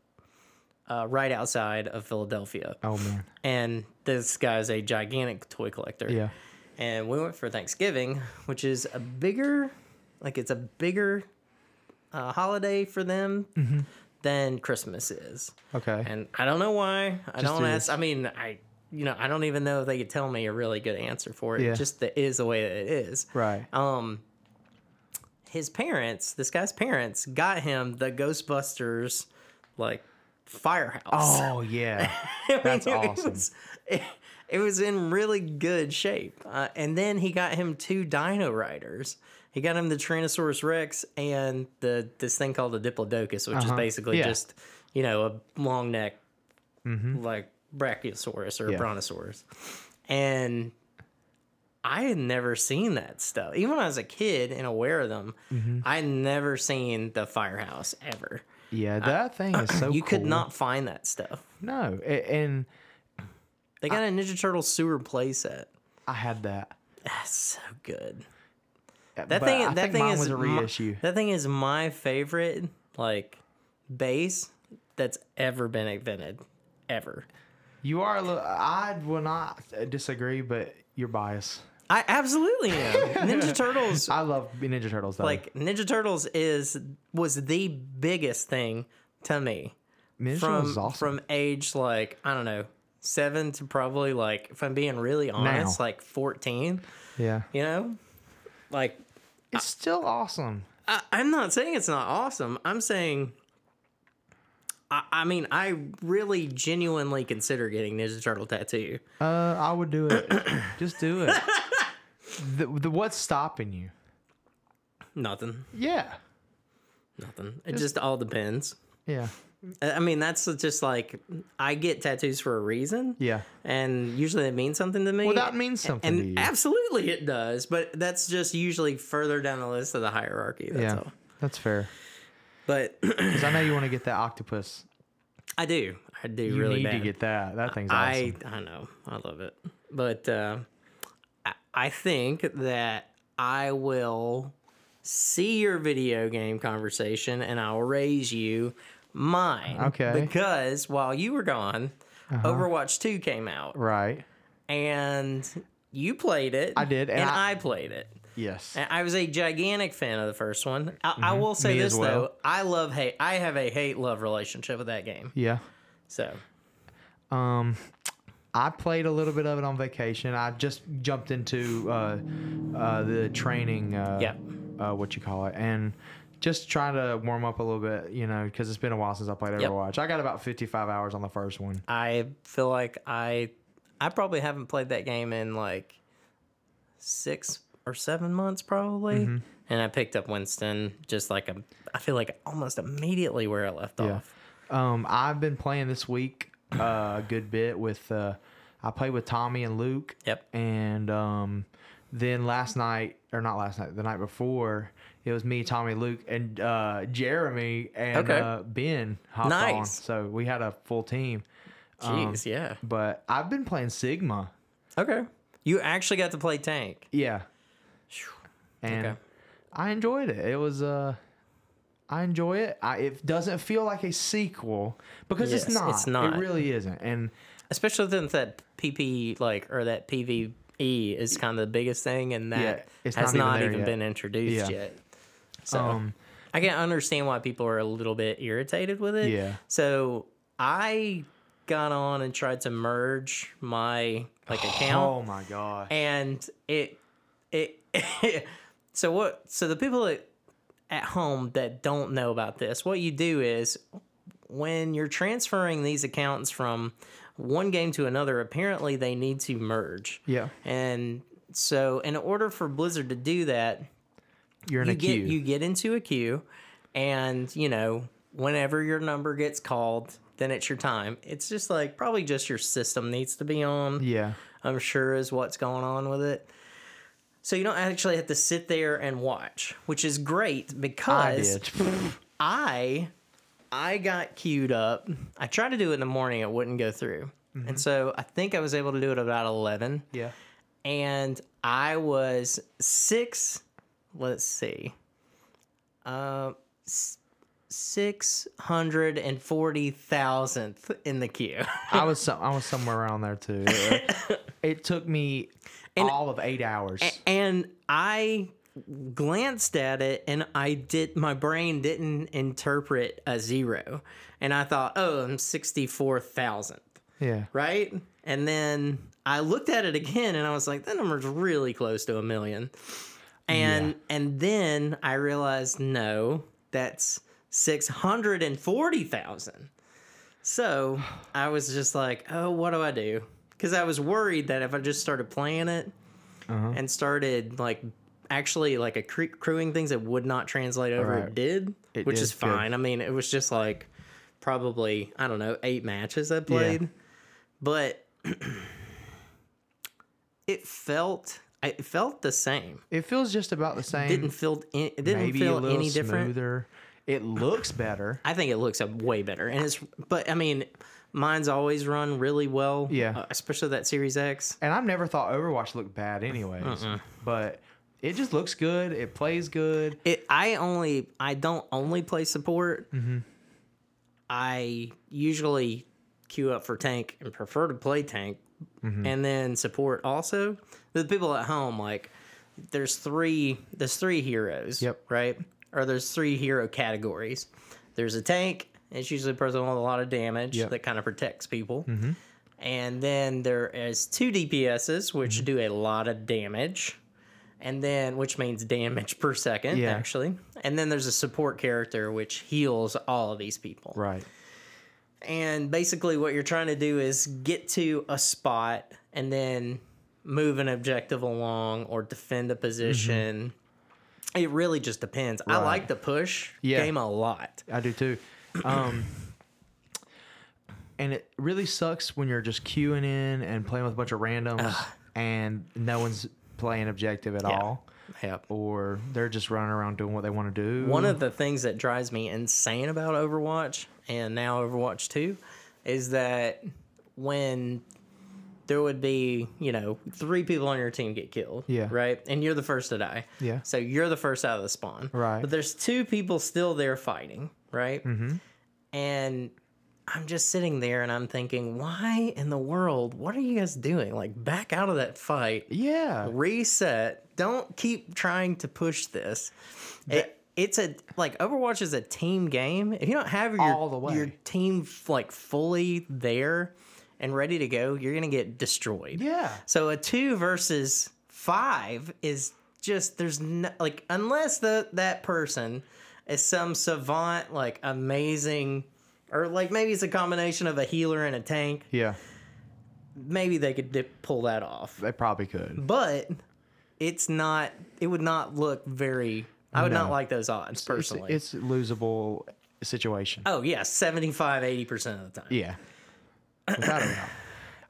S2: uh, right outside of Philadelphia,
S1: Oh man.
S2: and this guy's a gigantic toy collector.
S1: Yeah.
S2: And we went for Thanksgiving, which is a bigger, like it's a bigger uh, holiday for them
S1: Mm-hmm.
S2: than Christmas is.
S1: Okay.
S2: And I don't know why. I don't
S1: is.
S2: ask. I mean, I you know, I don't even know if they could tell me a really good answer for it.
S1: Yeah.
S2: Just that it is the way that it is.
S1: Right.
S2: Um, his parents, this guy's parents, got him the Ghostbusters like firehouse.
S1: Oh yeah,
S2: I mean,
S1: that's
S2: it
S1: awesome.
S2: was- it, it was in really good shape. Uh, and then he got him two Dino Riders. He got him the Tyrannosaurus Rex and the this thing called the Diplodocus, which is
S1: Uh-huh.
S2: basically
S1: Yeah. Mm-hmm.
S2: just you know a long neck like Brachiosaurus or
S1: Yeah.
S2: Brontosaurus. And I had never seen that stuff. Even when I was a kid and aware of them,
S1: Mm-hmm.
S2: I had never seen the firehouse ever.
S1: Yeah, that thing is so.
S2: you could
S1: cool.
S2: not find that stuff.
S1: No, a- and
S2: They got a Ninja Turtle sewer playset.
S1: I had that.
S2: That's so good.
S1: That
S2: That thing.
S1: I
S2: that
S1: think
S2: thing
S1: mine
S2: is
S1: was a
S2: my-
S1: reissue.
S2: that thing is my favorite like base that's ever been invented, ever.
S1: you are. A little, I will not disagree, but you're biased.
S2: I absolutely am. Ninja Turtles
S1: I love Ninja Turtles though.
S2: like Ninja Turtles is was the biggest thing to me
S1: Ninja
S2: from
S1: Turtles is awesome.
S2: from age like I don't know seven to probably like if I'm being really honest
S1: Now.
S2: like fourteen.
S1: yeah,
S2: You know, like
S1: it's still awesome.
S2: I, I'm not saying it's not awesome. I'm saying. I, I mean, I really genuinely consider getting Ninja Turtle tattoo.
S1: Uh, I would do it. Just do it. the, the what's stopping you?
S2: Nothing,
S1: Yeah,
S2: nothing. It just all depends.
S1: yeah,
S2: I I mean, that's just like I get tattoos for a reason.
S1: yeah.
S2: and usually it means something to me.
S1: Well, that means something to you.
S2: and absolutely it does, but that's just usually further down the list of the hierarchy. That's
S1: yeah,
S2: all.
S1: that's fair.
S2: But
S1: Because I know you want to get that octopus.
S2: I do, I do
S1: You
S2: really
S1: need
S2: bad.
S1: to get that. That thing's awesome.
S2: I I know, I love it, but uh, I, I think that I will see your video game conversation and I'll raise you mine.
S1: Okay. Uh-huh.
S2: because while you were gone, Overwatch Two came out.
S1: right.
S2: and you played it.
S1: I did, and
S2: and I,
S1: I-
S2: played it.
S1: Yes.
S2: And I was a gigantic fan of the first one. I, I will say
S1: Mm-hmm. Me
S2: this
S1: as well.
S2: though, I love hate. I have a hate love relationship with that game.
S1: Yeah.
S2: So
S1: Um, I played a little bit of it on vacation. I just jumped into uh, uh, the training. Uh,
S2: Yeah.
S1: Uh, what you call it, and just trying to warm up a little bit, you know, because it's been a while since I played
S2: Yep.
S1: Overwatch. I got about fifty-five hours on the first one.
S2: I feel like I, I probably haven't played that game in like six or seven months probably.
S1: Mm-hmm.
S2: And I picked up Winston just like a, I feel like almost immediately where I left off.
S1: Um, I've been playing this week uh, a good bit with. Uh, I played with Tommy and Luke.
S2: Yep.
S1: And um, then last night, or not last night, the night before, it was me, Tommy, Luke, and uh, Jeremy and
S2: Okay.
S1: uh, Ben hopped on.
S2: Nice.
S1: So we had a full team. Um,
S2: Jeez, yeah.
S1: But I've been playing Sigma.
S2: Okay. You actually got to play Tank.
S1: Yeah. And
S2: Okay.
S1: I enjoyed it. It was uh I enjoy it. I, it doesn't feel like a sequel because it's
S2: Yes,
S1: not.
S2: it's not.
S1: It really isn't. And
S2: especially since that PP like or that PVE is kind of the biggest thing, and that
S1: Yeah, it's
S2: has
S1: not
S2: not
S1: even there
S2: even,
S1: yet.
S2: been introduced
S1: Yeah.
S2: yet. So
S1: Um,
S2: I can understand why people are a little bit irritated with it.
S1: Yeah.
S2: So I got on and tried to merge my like account,
S1: oh my god.
S2: and it it. so what? So the people that at home that don't know about this, what you do is when you're transferring these accounts from one game to another, apparently they need to merge.
S1: Yeah.
S2: And so, in order for Blizzard to do that,
S1: You're in
S2: you
S1: a
S2: get
S1: queue.
S2: you get into a queue, and you know whenever your number gets called, then it's your time. It's just like probably just your system needs to be on.
S1: yeah.
S2: I'm sure is what's going on with it. So you don't actually have to sit there and watch, which is great
S1: I
S2: because
S1: did.
S2: I I got queued up. I tried to do it in the morning, it wouldn't go through.
S1: Mm-hmm.
S2: And so I think I was able to do it about 11
S1: yeah.
S2: and I was 6 let's see. Um s- 640,000th in the queue.
S1: I was some, I was somewhere around there too. It, it took me all of eight hours.
S2: and I glanced at it and I did my brain didn't interpret a zero and I thought, "Oh, I'm 64,000."
S1: yeah,
S2: right? And then I looked at it again and I was like, that number's really close to a million. And and then I realized no, that's six hundred and forty thousand. So I was just like, oh, what do I do? Because I was worried that if I just started playing it
S1: Uh-huh.
S2: and started like actually like a cre- crewing things that would not translate over,
S1: Right.
S2: it did,
S1: It
S2: which
S1: did
S2: is
S1: good.
S2: fine. I mean, it was just like probably I don't know eight matches I played, but it felt it felt the same.
S1: It feels just about the same.
S2: Didn't feel any, it didn't
S1: maybe a
S2: feel
S1: little
S2: any different.
S1: smoother. It looks better.
S2: I think it looks uh, way better, and it's but I mean, mine's always run really well.
S1: Yeah.
S2: uh, especially that Series X.
S1: And I've never thought Overwatch looked bad, anyways.
S2: Uh-uh.
S1: But it just looks good. It plays good.
S2: It I only I don't only play support. I usually queue up for tank and prefer to play tank,
S1: Mm-hmm.
S2: and then support also. The people at home like there's three there's three heroes.
S1: Yep.
S2: Right. Or there's three hero categories. There's a tank. It's usually a person with a lot of damage
S1: Yep. Mm-hmm.
S2: that kind of protects people. And then there is two DPSs which
S1: Mm-hmm.
S2: do a lot of damage. And then which means damage per second
S1: Yeah.
S2: actually. And then there's a support character which heals all of these people.
S1: Right.
S2: And basically, what you're trying to do is get to a spot and then move an objective along or defend a position. It really just depends. I like the push
S1: Yeah.
S2: game a lot.
S1: I do too. Um, and it really sucks when you're just queuing in and playing with a bunch of randoms and no one's playing objective at all.
S2: Yeah.
S1: Or they're just running around doing what they want to do.
S2: One of the things that drives me insane about Overwatch and now Overwatch 2 is that when there would be, you know, three people on your team get killed.
S1: Yeah.
S2: Right? And you're the first to die.
S1: Yeah.
S2: So you're the first out of the spawn.
S1: Right.
S2: But there's two people still there fighting, right? Mm-hmm. And I'm just sitting there and I'm thinking, why in the world? What are you guys doing? Like, back out of that fight
S1: Yeah.
S2: reset. Don't keep trying to push this. It, it's a like Overwatch is a team game. If you don't have your
S1: All the way.
S2: your team like fully there and ready to go, you're gonna get destroyed.
S1: Yeah.
S2: So a two versus five is just there's no like unless the that person is some savant like amazing or like maybe it's a combination of a healer and a tank.
S1: Yeah.
S2: Maybe they could dip, pull that off
S1: They probably
S2: Mm,
S1: could.
S2: but it's not it would not look very i would not
S1: No.
S2: like those odds
S1: It's,
S2: personally
S1: it's a losable situation.
S2: oh yeah 75 80% of the time
S1: Yeah. Without a doubt.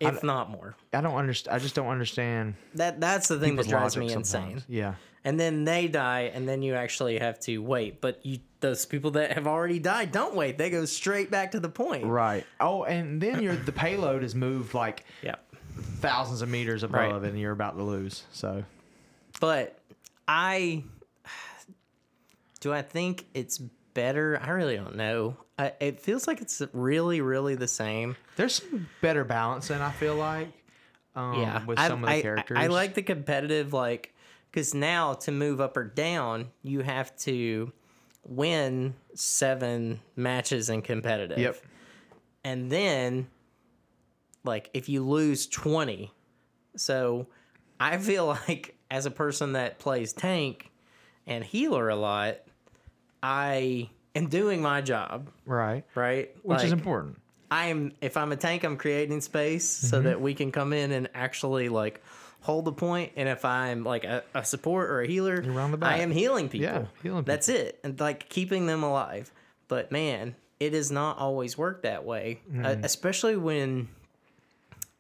S2: if not more
S1: I don't understand. I just don't understand.
S2: that that's the thing that
S1: people's
S2: drives
S1: logic
S2: me
S1: sometimes.
S2: insane
S1: Yeah.
S2: and then they die and then you actually have to wait but you those people that have already died don't wait they go straight back to the point
S1: Right. Oh, and then your the payload is moved like
S2: yeah
S1: thousands of meters
S2: Right.
S1: above, and you're about to lose. So
S2: but i do i think it's better i really don't know I, it feels like it's really really the same
S1: there's some better balancing. I feel like. Um,
S2: yeah
S1: With
S2: I-
S1: some of the
S2: I- I-
S1: characters.
S2: I, like the competitive like because now to move up or down you have to win seven matches in competitive
S1: Yep.
S2: and then like if you lose 20 so i feel like as a person that plays tank and healer a lot i am doing my job
S1: Right.
S2: right
S1: Which is
S2: Like,
S1: important.
S2: I'm if I'm a tank, I'm creating space
S1: Mm-hmm.
S2: so that we can come in and actually like hold the point. And if I'm like a, a support or a healer,
S1: around the
S2: I
S1: back.
S2: am healing people.
S1: Yeah, healing
S2: That's it, and like keeping them alive. But man, it does not always work that way, uh,
S1: Mm.
S2: especially when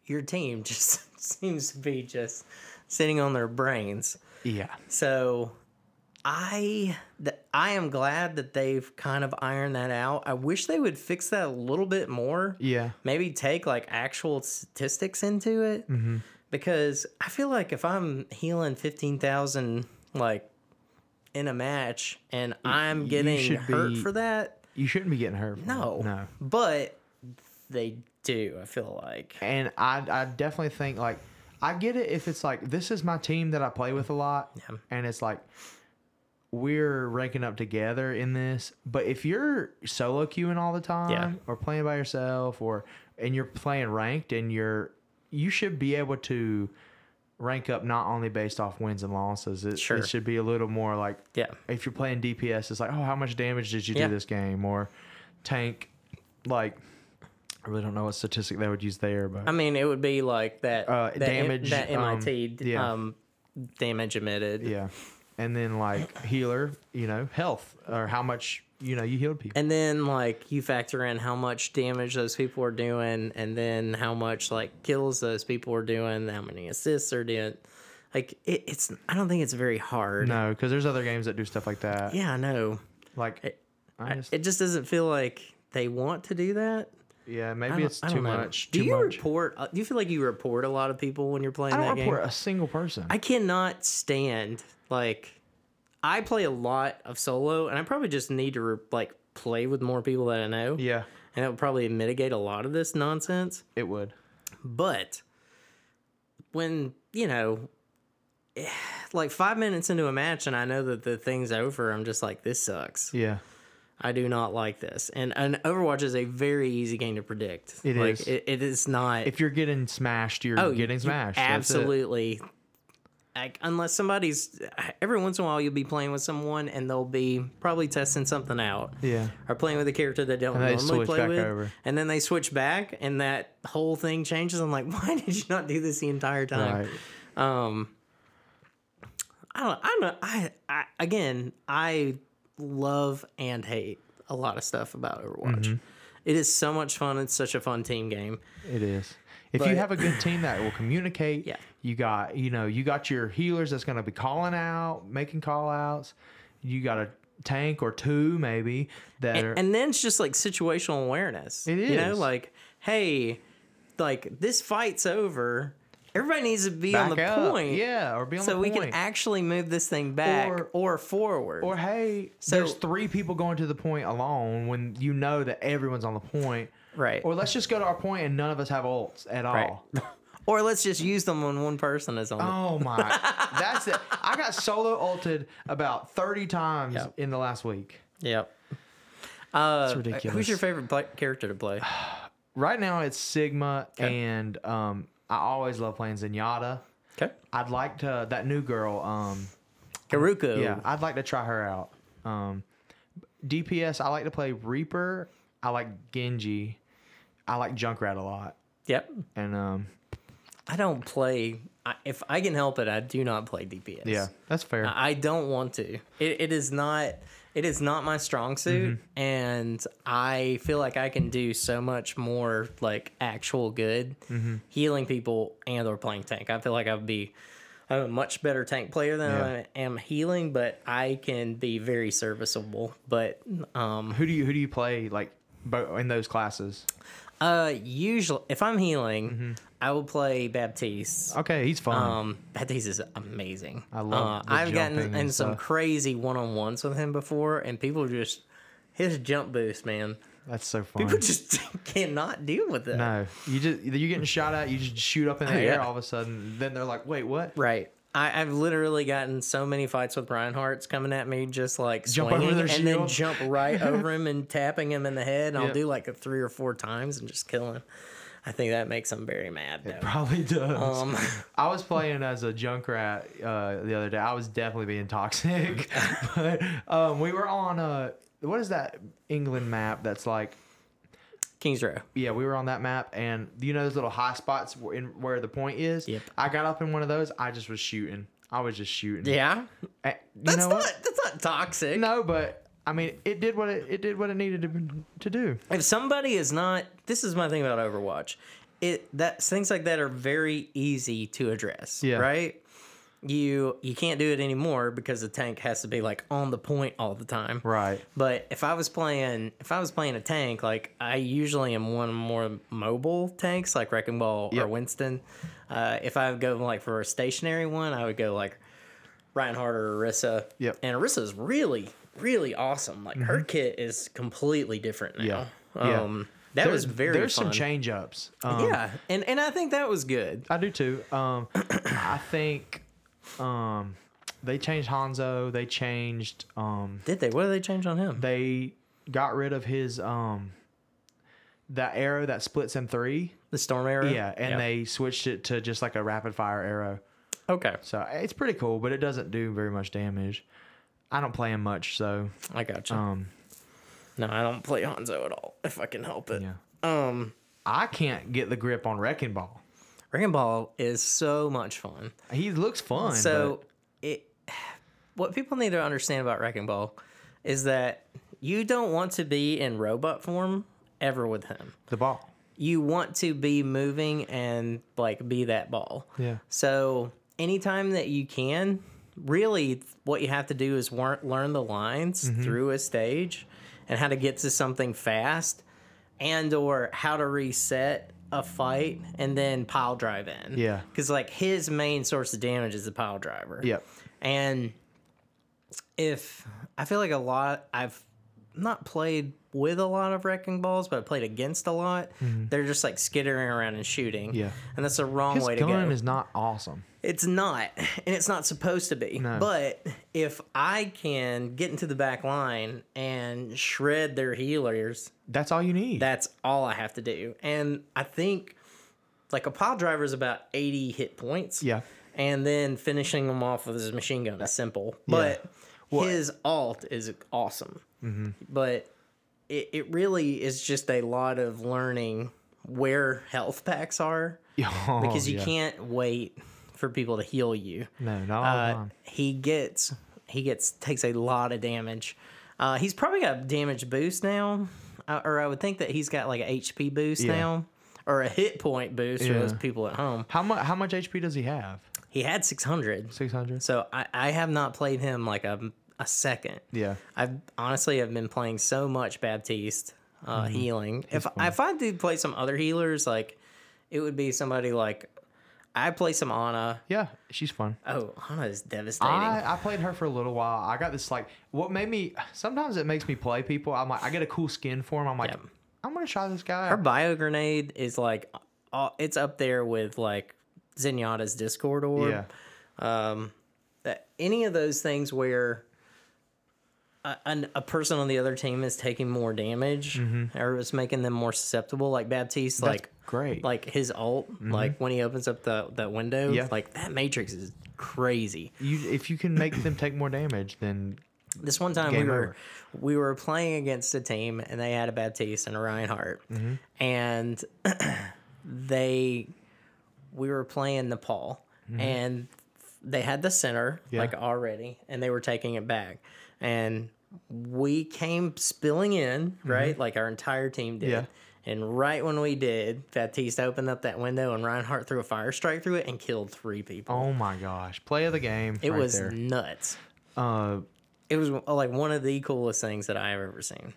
S2: your team just seems to be just sitting on their brains.
S1: Yeah.
S2: So I th- I am glad that they've kind of ironed that out. I wish they would fix that a little bit more.
S1: Yeah.
S2: Maybe take like actual statistics into it
S1: Mm-hmm.
S2: because I feel like if I'm healing 15,000 like in a match and I'm getting
S1: should
S2: hurt
S1: be-
S2: for that,
S1: You shouldn't be getting hurt. from it.
S2: no.
S1: No.
S2: But they do, I feel like.
S1: And I, I definitely think like I get it if it's like this is my team that I play with a lot, and it's like we're ranking up together in this. But if you're solo queuing all the time, or playing by yourself, or and you're playing ranked and you're you should be able to rank up not only based off wins and losses. It,
S2: Sure.
S1: it should be a little more like
S2: Yeah.
S1: if you're playing DPS, it's like, oh, how much damage did you
S2: Yeah.
S1: do this game? Or tank, like, I really don't know what statistic they would use there, but
S2: I mean, it would be like that,
S1: Uh,
S2: that
S1: damage,
S2: that
S1: um,
S2: MIT
S1: yeah.
S2: um, damage emitted.
S1: yeah. And then like healer, you know, health or how much you know you healed people.
S2: And then like you factor in how much damage those people are doing, and then how much like kills those people are doing, how many assists they're doing. Like it, it's, I don't think it's very hard.
S1: No, because there's other games that do stuff like that.
S2: Yeah, I know.
S1: Like,
S2: It-
S1: I just,
S2: It just doesn't feel like they want to do that.
S1: yeah,
S2: I
S1: maybe
S2: don't-
S1: it's
S2: I don't
S1: too
S2: know.
S1: much.
S2: Do
S1: Too
S2: you
S1: much.
S2: report? uh, Do you feel like you report a lot of people when you're playing
S1: I
S2: that
S1: don't
S2: game?
S1: report a single person.
S2: I cannot stand like I play a lot of solo, and I probably just need to re- like play with more people that I know,
S1: yeah,
S2: and that would probably mitigate a lot of this nonsense.
S1: it would.
S2: But when you know, like five minutes into a match, and I know that the thing's over, I'm just like, this sucks.
S1: Yeah,
S2: I do not like this. And and Overwatch is a very easy game to predict.
S1: It
S2: like,
S1: is.
S2: It, it is not.
S1: if you're getting smashed, you're
S2: Oh,
S1: getting
S2: you
S1: smashed. That's it.
S2: Absolutely. Like, unless somebody's every once in a while you'll be playing with someone and they'll be probably testing something out
S1: Yeah,
S2: or playing with a character they don't
S1: And they
S2: normally
S1: switch
S2: play
S1: back
S2: with
S1: over.
S2: and then they switch back and that whole thing changes i'm like why did you not do this the entire time
S1: right.
S2: um i don't i don't I, I again i love and hate a lot of stuff about overwatch
S1: Mm-hmm.
S2: It is so much fun it's such a fun team game
S1: It is. If you
S2: But-
S1: have a good team that will communicate,
S2: Yeah.
S1: you got you know you got your healers that's going to be calling out, making call outs. You got a tank or two maybe that are
S2: and, and then it's just like situational awareness.
S1: It
S2: You know,
S1: is.
S2: like, hey, like this fight's over. Everybody needs to be on
S1: back
S2: the
S1: up.
S2: point.
S1: yeah, or be on
S2: So
S1: the
S2: we
S1: point.
S2: can actually move this thing back or,
S1: Or-
S2: forward.
S1: or hey, there's three people going to the point alone when you know that everyone's on the point.
S2: right.
S1: Or
S2: Or,
S1: let's just go to our point and none of us have ults at all.
S2: let's just use them when one person is on.
S1: Oh my! That's it. I got solo ulted about thirty times
S2: Yeah.
S1: in the last week.
S2: it. Yep. Uh,
S1: ridiculous.
S2: Who's your favorite pla character to play?
S1: Right now it's Sigma, and um, I always love playing Zenyatta.
S2: Okay.
S1: I'd like to that new girl. Um,
S2: Karuko.
S1: yeah, I'd like to try her out. Um, DPS, I like to play Reaper. I like Genji. I like Junkrat a lot,
S2: Yep.
S1: and um,
S2: I don't play. I, if I can help it, I do not play DPS.
S1: yeah, that's fair.
S2: I I don't want to. It, it is not. It is not my strong suit, and I feel like I can do so much more, like actual good, healing people and or playing tank. I feel like I'd be. I'm a much better tank player than
S1: Yeah.
S2: I am healing, but I can be very serviceable. But um,
S1: who do you who do you play like bo- in those classes?
S2: uh, usually if I'm healing, I will play Baptiste.
S1: Okay, he's fun.
S2: Um, Baptiste is amazing. I
S1: Mm. love the
S2: I've
S1: jumping
S2: gotten
S1: and
S2: in some
S1: stuff.
S2: crazy one on ones with him before, and people just his jump boost, man.
S1: that's so fun.
S2: People just cannot deal with it.
S1: No, you just you're getting shot at. You just shoot up in the
S2: Oh,
S1: air
S2: yeah.
S1: all of a sudden. Then they're like, "Wait, what?"
S2: Right. I, I've literally gotten so many fights with Reinhardt's coming at me, just like
S1: Jump over
S2: swinging
S1: their
S2: and then
S1: shield.
S2: jump right over him and tapping him in the head. And I'll
S1: Yep.
S2: do like a three or four times and just kill him. I think that makes him very mad. Though.
S1: Probably does.
S2: Um,
S1: I was playing as a junk rat uh, the other day. I was definitely being toxic, but um, we were on uh, what is that England map? That's like
S2: Kings Row.
S1: yeah, we were on that map, and you know those little high spots where, in, where the point is.
S2: Yep.
S1: I got up in one of those. I just was shooting. I was just shooting.
S2: Yeah.
S1: Eh, you
S2: That's
S1: know
S2: not
S1: what?
S2: that's not toxic.
S1: No, but I mean, it did what it, it did what it needed to to do.
S2: if somebody is not this is my thing about overwatch it that things like that are very easy to address
S1: Yeah.
S2: right you you can't do it anymore because the tank has to be like on the point all the time
S1: Right.
S2: but if i was playing if i was playing a tank like i usually am one of more mobile tanks like wrecking ball or
S1: Yep.
S2: winston uh, if i would go like for a stationary one i would go like Reinhardt or Arissa.
S1: Yep. Mm-hmm.
S2: And Arissa's really, really awesome. Like her kit is completely different now.
S1: Yeah. Yeah.
S2: Um that
S1: There-
S2: was very
S1: There's
S2: fun.
S1: some change ups. Um,
S2: yeah. And and I think that was good.
S1: I do too. Um, I think um, they changed Hanzo. They changed. Um,
S2: Did they? What did they change on him?
S1: they got rid of his um, that arrow that splits in three.
S2: The storm arrow.
S1: Yeah, and they switched it to just like a rapid fire arrow.
S2: they. Okay,
S1: So it's pretty cool, but it doesn't do very much damage. I don't play him much, so
S2: I gotcha.
S1: um,
S2: no, I don't play Hanzo at all if I can help it.
S1: yeah.
S2: Um,
S1: I can't get the grip on Wrecking Ball.
S2: Ring Ball is so much fun.
S1: He looks fun.
S2: So it what people need to understand about Wrecking Ball is that you don't want to be in robot form ever with him.
S1: but the ball.
S2: You want to be moving and like be that ball.
S1: Yeah.
S2: So anytime that you can, really what you have to do is wor- learn the lines
S1: Mm-hmm.
S2: through a stage and how to get to something fast and or how to reset a fight and then pile drive in.
S1: Yeah.
S2: Cuz like his main source of damage is the pile driver.
S1: Yep.
S2: And if I feel like a lot, I've not played with a lot of wrecking balls, but I played against a lot. They're just like skittering around and shooting.
S1: Mm-hmm. Yeah.
S2: and that's the wrong
S1: His
S2: way to
S1: gun
S2: go.
S1: is not awesome.
S2: it's not, and it's not supposed to be.
S1: No.
S2: But if I can get into the back line and shred their healers,
S1: That's all you need.
S2: that's all I have to do. And I think like a pile driver is about eighty hit points
S1: yeah.
S2: and then finishing them off with his machine gun is simple. But his alt is awesome.
S1: Mm-hmm.
S2: But it, it really is just a lot of learning where health packs are
S1: Oh,
S2: because you
S1: yeah.
S2: can't wait for people to heal you.
S1: No, not all the
S2: Uh,
S1: time.
S2: he gets he gets takes a lot of damage. Uh, he's probably got a damage boost now, uh, or I would think that he's got like a HP boost
S1: Yeah.
S2: now, or a hit point boost for those
S1: Yeah.
S2: people at home.
S1: How much? How much HP does he have?
S2: He had six hundred,
S1: Six hundred.
S2: so I, I have not played him like a, a second.
S1: Yeah.
S2: I've honestly have been playing so much Baptiste uh,
S1: Mm-hmm.
S2: healing. If if I did play some other healers, like it would be somebody like I play some Ana.
S1: Yeah. She's fun.
S2: Oh, Ana is devastating.
S1: I, I played her for a little while. I got this like what made me. Sometimes it makes me play people. I'm like, I get a cool skin for him. I'm like,
S2: Yep.
S1: I'm gonna try this guy.
S2: Her
S1: out.
S2: bio grenade is like uh, it's up there with like Zenyatta's Discord orb.
S1: Yeah.
S2: um, that- any of those things where a, an, a person on the other team is taking more damage
S1: Mm-hmm.
S2: or it's making them more susceptible. Like Baptiste, like
S1: great. Mm-hmm.
S2: like his ult, like when he opens up the that window,
S1: Yeah.
S2: like that matrix is crazy.
S1: You, if you can make them take more damage, then
S2: This one time
S1: Game
S2: we were
S1: over.
S2: we were playing against a team and they had a Baptiste and a Reinhardt,
S1: Mm-hmm.
S2: and they we were playing Nepal and they had the center
S1: Mm-hmm. Yeah.
S2: like already and they were taking it back and we came spilling in right like our entire team did.
S1: Mm-hmm. Yeah.
S2: And right when we did, Baptiste opened up that window and Reinhardt threw a fire strike through it and killed three people.
S1: oh my gosh, play of the game.
S2: it
S1: Oh, right
S2: was
S1: there.
S2: nuts.
S1: Uh,
S2: It was uh, like one of the coolest things that I've ever seen.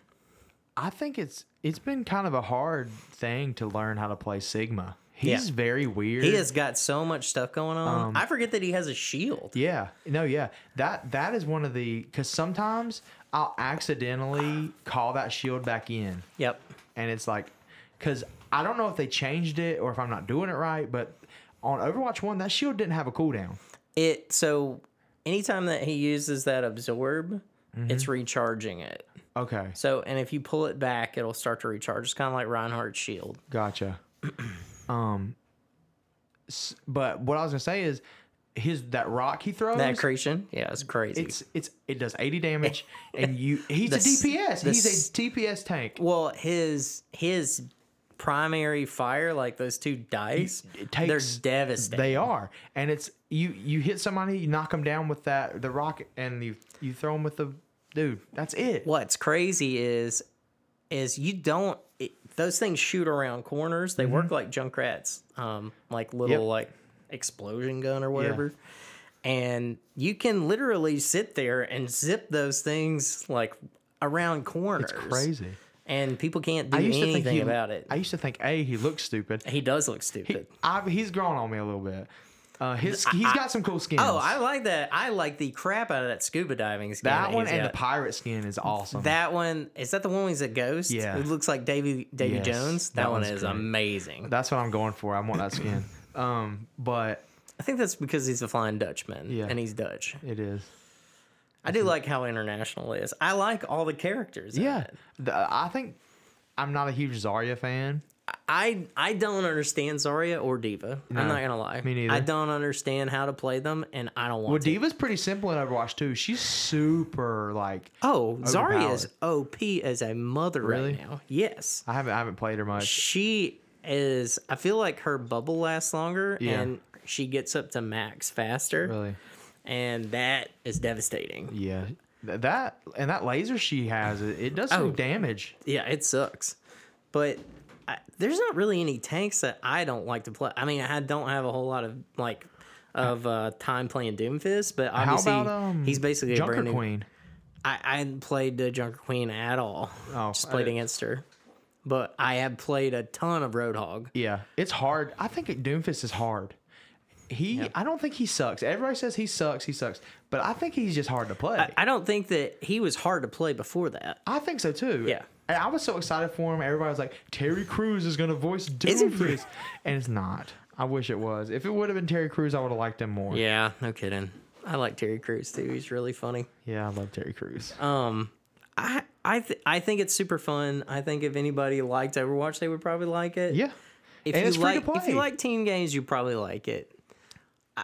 S1: I think it's it's been kind of a hard thing to learn how to play Sigma. He's
S2: Yeah.
S1: very weird.
S2: He has got so much stuff going on. I forget that he has a shield.
S1: Um, Yeah. No, yeah. That that is one of the cuz sometimes I'll accidentally call that shield back in
S2: Yep.
S1: and it's like cuz I don't know if they changed it or if I'm not doing it right, but on Overwatch 1 that shield didn't have a cooldown.
S2: It so anytime that he uses that absorb,
S1: Mm-hmm.
S2: it's recharging it.
S1: Okay.
S2: So and if you pull it back, it'll start to recharge. It's kind of like Reinhardt's shield.
S1: Gotcha. um s- but what I was going to say is his that rock he throws
S2: That accretion, yeah, it's crazy.
S1: Oh, it's it's it does 80 damage and you he's
S2: The
S1: a
S2: s-
S1: DPS.
S2: the
S1: he's
S2: s-
S1: a DPS tank.
S2: well, his his primary fire, like those two dice,
S1: It
S2: they're
S1: takes-
S2: devastating.
S1: They are, and it's you. You hit somebody, you knock them down with that the rocket, and you you throw them with the dude. That's it.
S2: what's crazy is is you don't it, those things shoot around corners they work like junk rats um like little
S1: Mm-hmm. Yep.
S2: like explosion gun or whatever and you can literally sit there and zip those things like around corners
S1: Crazy.
S2: and people can't do
S1: I used
S2: anything
S1: to think he,
S2: about it
S1: I used to think a he looks stupid.
S2: he does look
S1: He,
S2: stupid
S1: I, he's grown on me a little bit. Uh, his he's got some cool skins.
S2: oh i like that i like the crap out of that scuba diving skin
S1: that one
S2: he's
S1: and
S2: got.
S1: the pirate skin is awesome.
S2: that one is that the one where he's a ghost
S1: Yeah.
S2: it looks like davy davy
S1: Yes,
S2: jones that,
S1: that
S2: one
S1: one's
S2: is
S1: great.
S2: amazing
S1: That's what I'm going for. I want that skin. um, but
S2: I think that's because he's a flying Dutchman
S1: Yeah.
S2: and he's Dutch.
S1: it is.
S2: I do like how international it is. I like all the characters. in
S1: Yeah,
S2: it.
S1: The- I think I'm not a huge Zarya fan.
S2: I I don't understand Zarya or Diva. I'm
S1: No,
S2: not gonna lie.
S1: me neither.
S2: I don't understand how to play them, and I don't want
S1: Well,
S2: to.
S1: Diva's pretty simple in Overwatch too. She's super like
S2: oh, Zarya is
S1: Overpowered.
S2: OP as a mother
S1: Really?
S2: right now. Yes,
S1: I haven't I haven't played her much.
S2: she is. I feel like her bubble lasts longer,
S1: Yeah.
S2: and she gets up to max faster,
S1: Really,
S2: and that is devastating.
S1: yeah. Th- That and that laser she has, it, it does some
S2: Oh.
S1: damage.
S2: Yeah, it sucks, but. I, there's not really any tanks that I don't like to play. I mean, I don't have a whole lot of like of uh, time playing Doomfist, but
S1: How
S2: obviously
S1: about um?
S2: he's basically a
S1: Junker
S2: brand new
S1: Queen.
S2: I, I hadn't played the Junker Queen at all.
S1: Oh,
S2: just
S1: I
S2: played
S1: didn't-
S2: against her. But I have played a ton of Roadhog.
S1: Yeah, it's hard. I think Doomfist is hard. He, I don't think he sucks. Everybody says he sucks. He sucks, but I think he's just hard to play.
S2: I, I don't think that he was hard to play before that.
S1: I think so too.
S2: Yeah.
S1: And I was so excited for him. Everybody was like, Terry Crews is going to voice
S2: Is it re-
S1: Doomfist. And it's not. I wish it was. If it would have been Terry Crews, I would have liked him more. Yeah.
S2: Yeah, no kidding. I like Terry Crews too. He's really funny.
S1: I love Terry Crews.
S2: Um, I I th- I think it's super fun. I think if anybody liked Overwatch, they would probably like it.
S1: yeah.
S2: If
S1: And
S2: you
S1: it's free to
S2: like, If
S1: play.
S2: you like team games, you probably like it. I,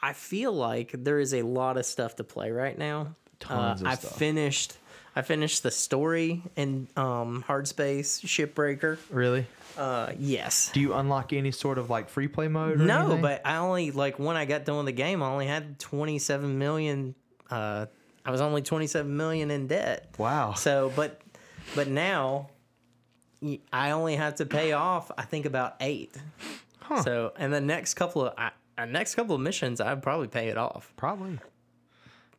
S2: I feel like there is a lot of stuff to play right now. Uh,
S1: Tons of
S2: I
S1: stuff.
S2: finished. I finished the story in um, Hard Space Shipbreaker.
S1: Really?
S2: Uh, yes.
S1: Do you unlock any sort of like free play mode? Or
S2: No,
S1: anything?
S2: but I only like when I got done with the game, I only had twenty seven million. Uh, I was only twenty seven million in debt.
S1: Wow.
S2: So, but but now y- I only have to pay off. I think about eight. So, and the next couple of I, uh, next couple of missions, I'd probably pay it off,
S1: Probably.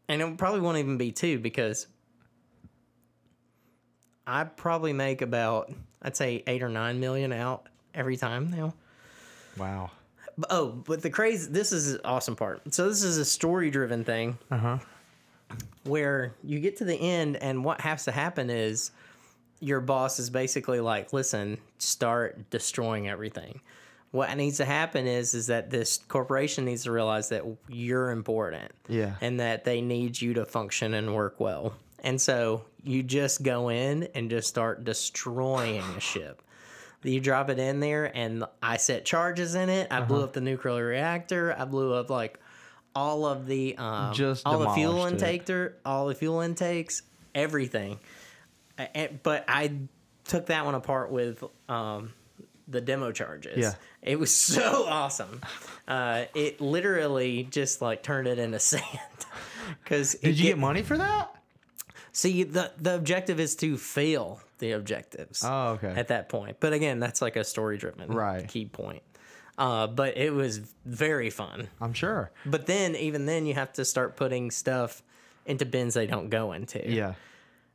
S2: and it probably won't even be two because I probably make about I'd say eight or nine million out every time now.
S1: Wow.
S2: But, oh, but the crazy this is the awesome part. So this is a story driven thing.
S1: Uh huh.
S2: where you get to the end and what has to happen is your boss is basically like listen start destroying everything what needs to happen is is that this corporation needs to realize that you're important
S1: Yeah.
S2: and that they need you to function and work well and so you just go in and just start destroying a ship you drop it in there and i set charges in it i
S1: Uh-huh.
S2: blew up the nuclear reactor i blew up like all of the um,
S1: Just
S2: all the fuel
S1: demolished it.
S2: intake there all the fuel intakes everything I- and- but i took that one apart with um, the demo charges
S1: Yeah.
S2: it was so awesome uh, it literally just like turned it into sand because
S1: Did you get money for that?
S2: See, the the objective is to fail the objectives.
S1: Oh, okay.
S2: At that point, but again, that's like a story driven
S1: Right.
S2: key point. Uh, but it was very fun.
S1: I'm sure.
S2: But then, even then, you have to start putting stuff into bins they don't go into.
S1: Yeah.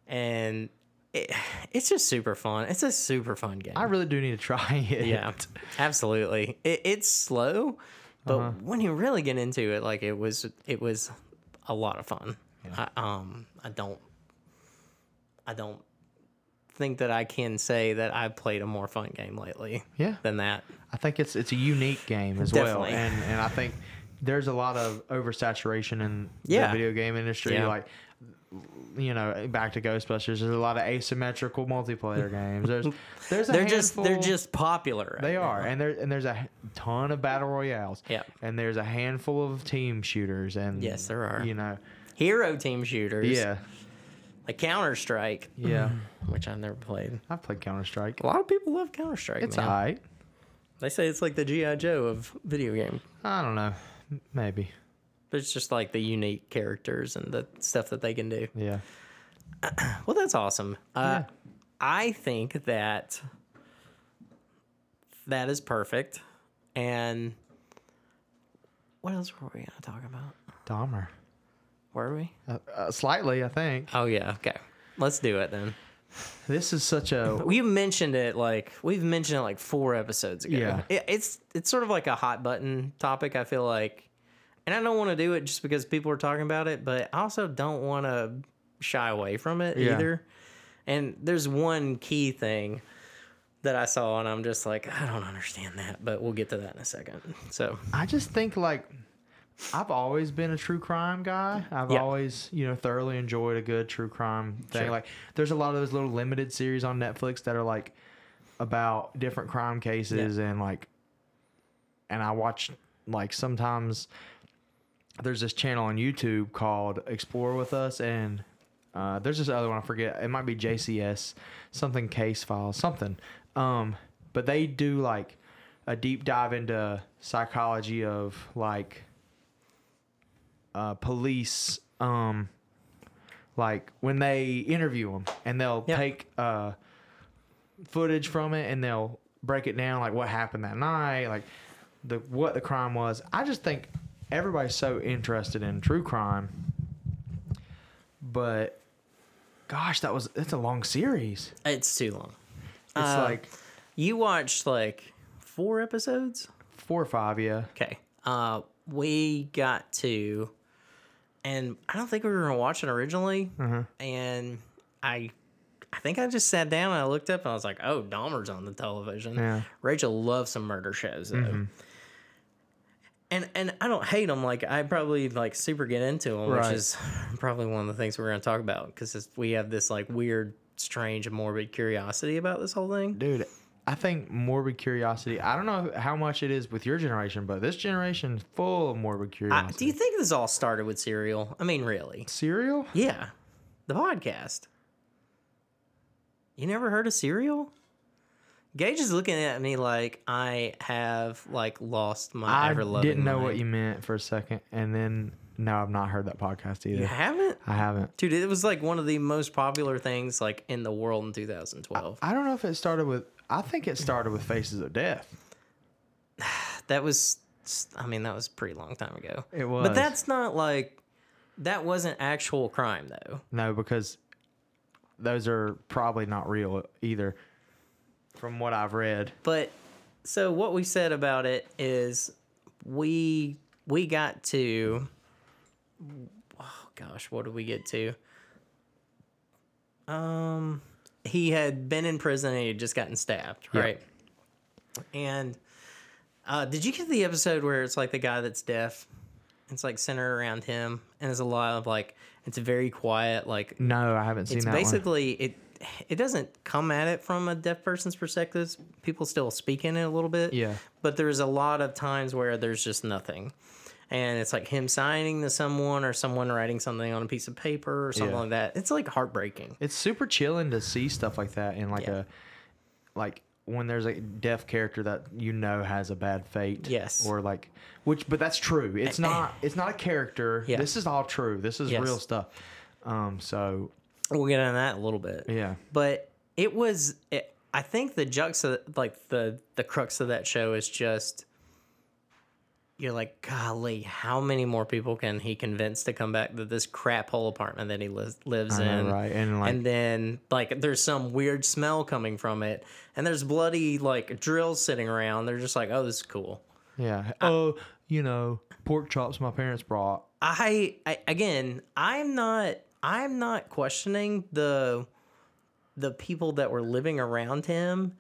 S2: and it, it's just super fun. It's a super fun game.
S1: I really do need to try it.
S2: yeah, absolutely. It, it's slow, but
S1: Uh-huh.
S2: when you really get into it, like it was, it was a lot of fun. I, um, I don't, I don't think that I can say that I played a more fun game lately
S1: Yeah.
S2: than that.
S1: I think it's it's a unique game as well,
S2: Definitely.
S1: and and I think there's a lot of oversaturation in
S2: Yeah.
S1: the video game industry.
S2: Yeah.
S1: Like, you know, back to Ghostbusters, there's a lot of asymmetrical multiplayer games. There's there's a
S2: They're just, they're
S1: handful-
S2: just popular. right
S1: they
S2: now.
S1: are, and there and there's a h- ton of battle royales.
S2: Yeah.
S1: and there's a handful of team shooters, and
S2: Yes, there are.
S1: You know,
S2: hero team shooters.
S1: yeah,
S2: like Counter Strike.
S1: yeah.
S2: which I've never played.
S1: I've played Counter Strike.
S2: A lot of people love Counter Strike.
S1: It's
S2: man.
S1: alright.
S2: They say it's like the GI Joe of video game.
S1: I don't know, maybe.
S2: But it's just like the unique characters and the stuff that they can do.
S1: Yeah,
S2: Well, that's awesome. Uh,
S1: Yeah.
S2: I think that that is perfect. And what else were we going to talk about?
S1: Dahmer.
S2: Were we?
S1: Uh, uh, slightly, I think.
S2: Oh, yeah. Okay. Let's do it then.
S1: This is such a
S2: We mentioned it like we've mentioned it like four episodes ago.
S1: Yeah.
S2: It, it's it's sort of like a hot button topic. I feel like, and I don't want to do it just because people are talking about it, but I also don't want to shy away from it
S1: Yeah.
S2: either. And there's one key thing that I saw, and I'm just like, I don't understand that, but we'll get to that in a second. So
S1: I just think like I've always been a true crime guy. I've
S2: Yeah.
S1: always, you know, thoroughly enjoyed a good true crime thing.
S2: Sure.
S1: Like, there's a lot of those little limited series on Netflix that are like about different crime cases and like, and I watch like sometimes there's this channel on YouTube called Explore with Us and. Uh, there's this other one I forget. It might be JCS, something case files, something. Um, but they do like a deep dive into psychology of like uh, police um like when they interview them and they'll
S2: Yeah.
S1: take uh footage from it and they'll break it down like what happened that night like the what the crime was i just think everybody's so interested in true crime but gosh that was that's a long series
S2: It's too long.
S1: it's
S2: Uh,
S1: like
S2: You watched like four episodes?
S1: four or five yeah
S2: Okay. Uh, we got to, and I don't think we were gonna watch it originally.
S1: Mm-hmm.
S2: And I, I think I just sat down and I looked up and I was like, "Oh, Dahmer's on the television."
S1: Yeah. Mm-hmm.
S2: Rachel loves some murder shows though. And and I don't hate them. Like I probably like super get into them,
S1: Right.
S2: which is probably one of the things we're gonna talk about because we have this like weird, strange, morbid curiosity about this whole thing.
S1: dude i think morbid curiosity i don't know how much it is with your generation but this generation is full of morbid
S2: I-
S1: curiosity
S2: do you think this all started with cereal? I mean, really?
S1: cereal
S2: Yeah, the podcast. You never heard of cereal? Gage is looking at me like I have like lost my
S1: i
S2: ever loving.
S1: didn't know what you meant for a second and then no i've not heard that podcast either
S2: You haven't,
S1: i haven't
S2: dude. It was like one of the most popular things like in the world in 2012.
S1: i don't know if it started with i think it started with faces of death
S2: that was, I mean, that was a pretty long time ago.
S1: Uh, It
S2: but
S1: was.
S2: that's not like that wasn't actual crime though.
S1: no because those are probably not real either from what i've read
S2: But so what we said about it is we we got to oh gosh, what did we get to? Um he had been in prison and he had just gotten stabbed, right? And uh did you get the episode where it's like the guy that's deaf? It's like centered around him and there's a lot of like it's very quiet, like
S1: no i haven't seen
S2: it's
S1: that one.
S2: basically it it doesn't come at it from a deaf person's perspective people still speak in it a little bit
S1: Yeah.
S2: but there's a lot of times where there's just nothing and it's like him signing to someone or someone writing something on a piece of paper or something
S1: Yeah.
S2: like that it's like heartbreaking
S1: it's super chilling to see stuff like that in like
S2: Yeah.
S1: a like when there's a deaf character that you know has a bad fate
S2: Yes.
S1: or like which but that's true it's not it's not a character
S2: Yeah.
S1: this is all true this is
S2: Yes.
S1: real stuff um so
S2: we'll get into that in a little bit
S1: yeah
S2: but it was it, i think the juxta like the the crux of that show is just you're like golly how many more people can he convince to come back to this crap hole apartment that he li- lives
S1: I know,
S2: in
S1: right and like
S2: and then like there's some weird smell coming from it and there's bloody like drills sitting around they're just like oh this is cool
S1: yeah oh you know pork chops my parents brought
S2: I, I again, I'm not I'm not questioning the the people that were living around him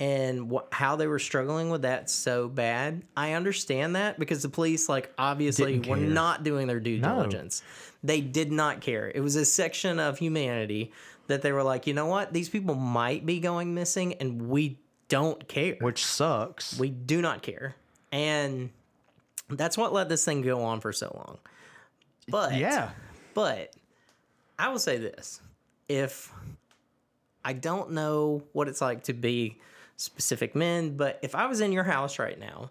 S2: and wh- how they were struggling with that so bad. I understand that because the police like obviously
S1: Didn't
S2: were
S1: care.
S2: not doing their due diligence. They did not care. It was a section of humanity that they were like, "You know what? These people might be going missing and we don't care."
S1: which sucks
S2: We do not care. And that's what let this thing go on for so long. But
S1: yeah
S2: but I will say this. If I don't know what it's like to be specific men, but if I was in your house right now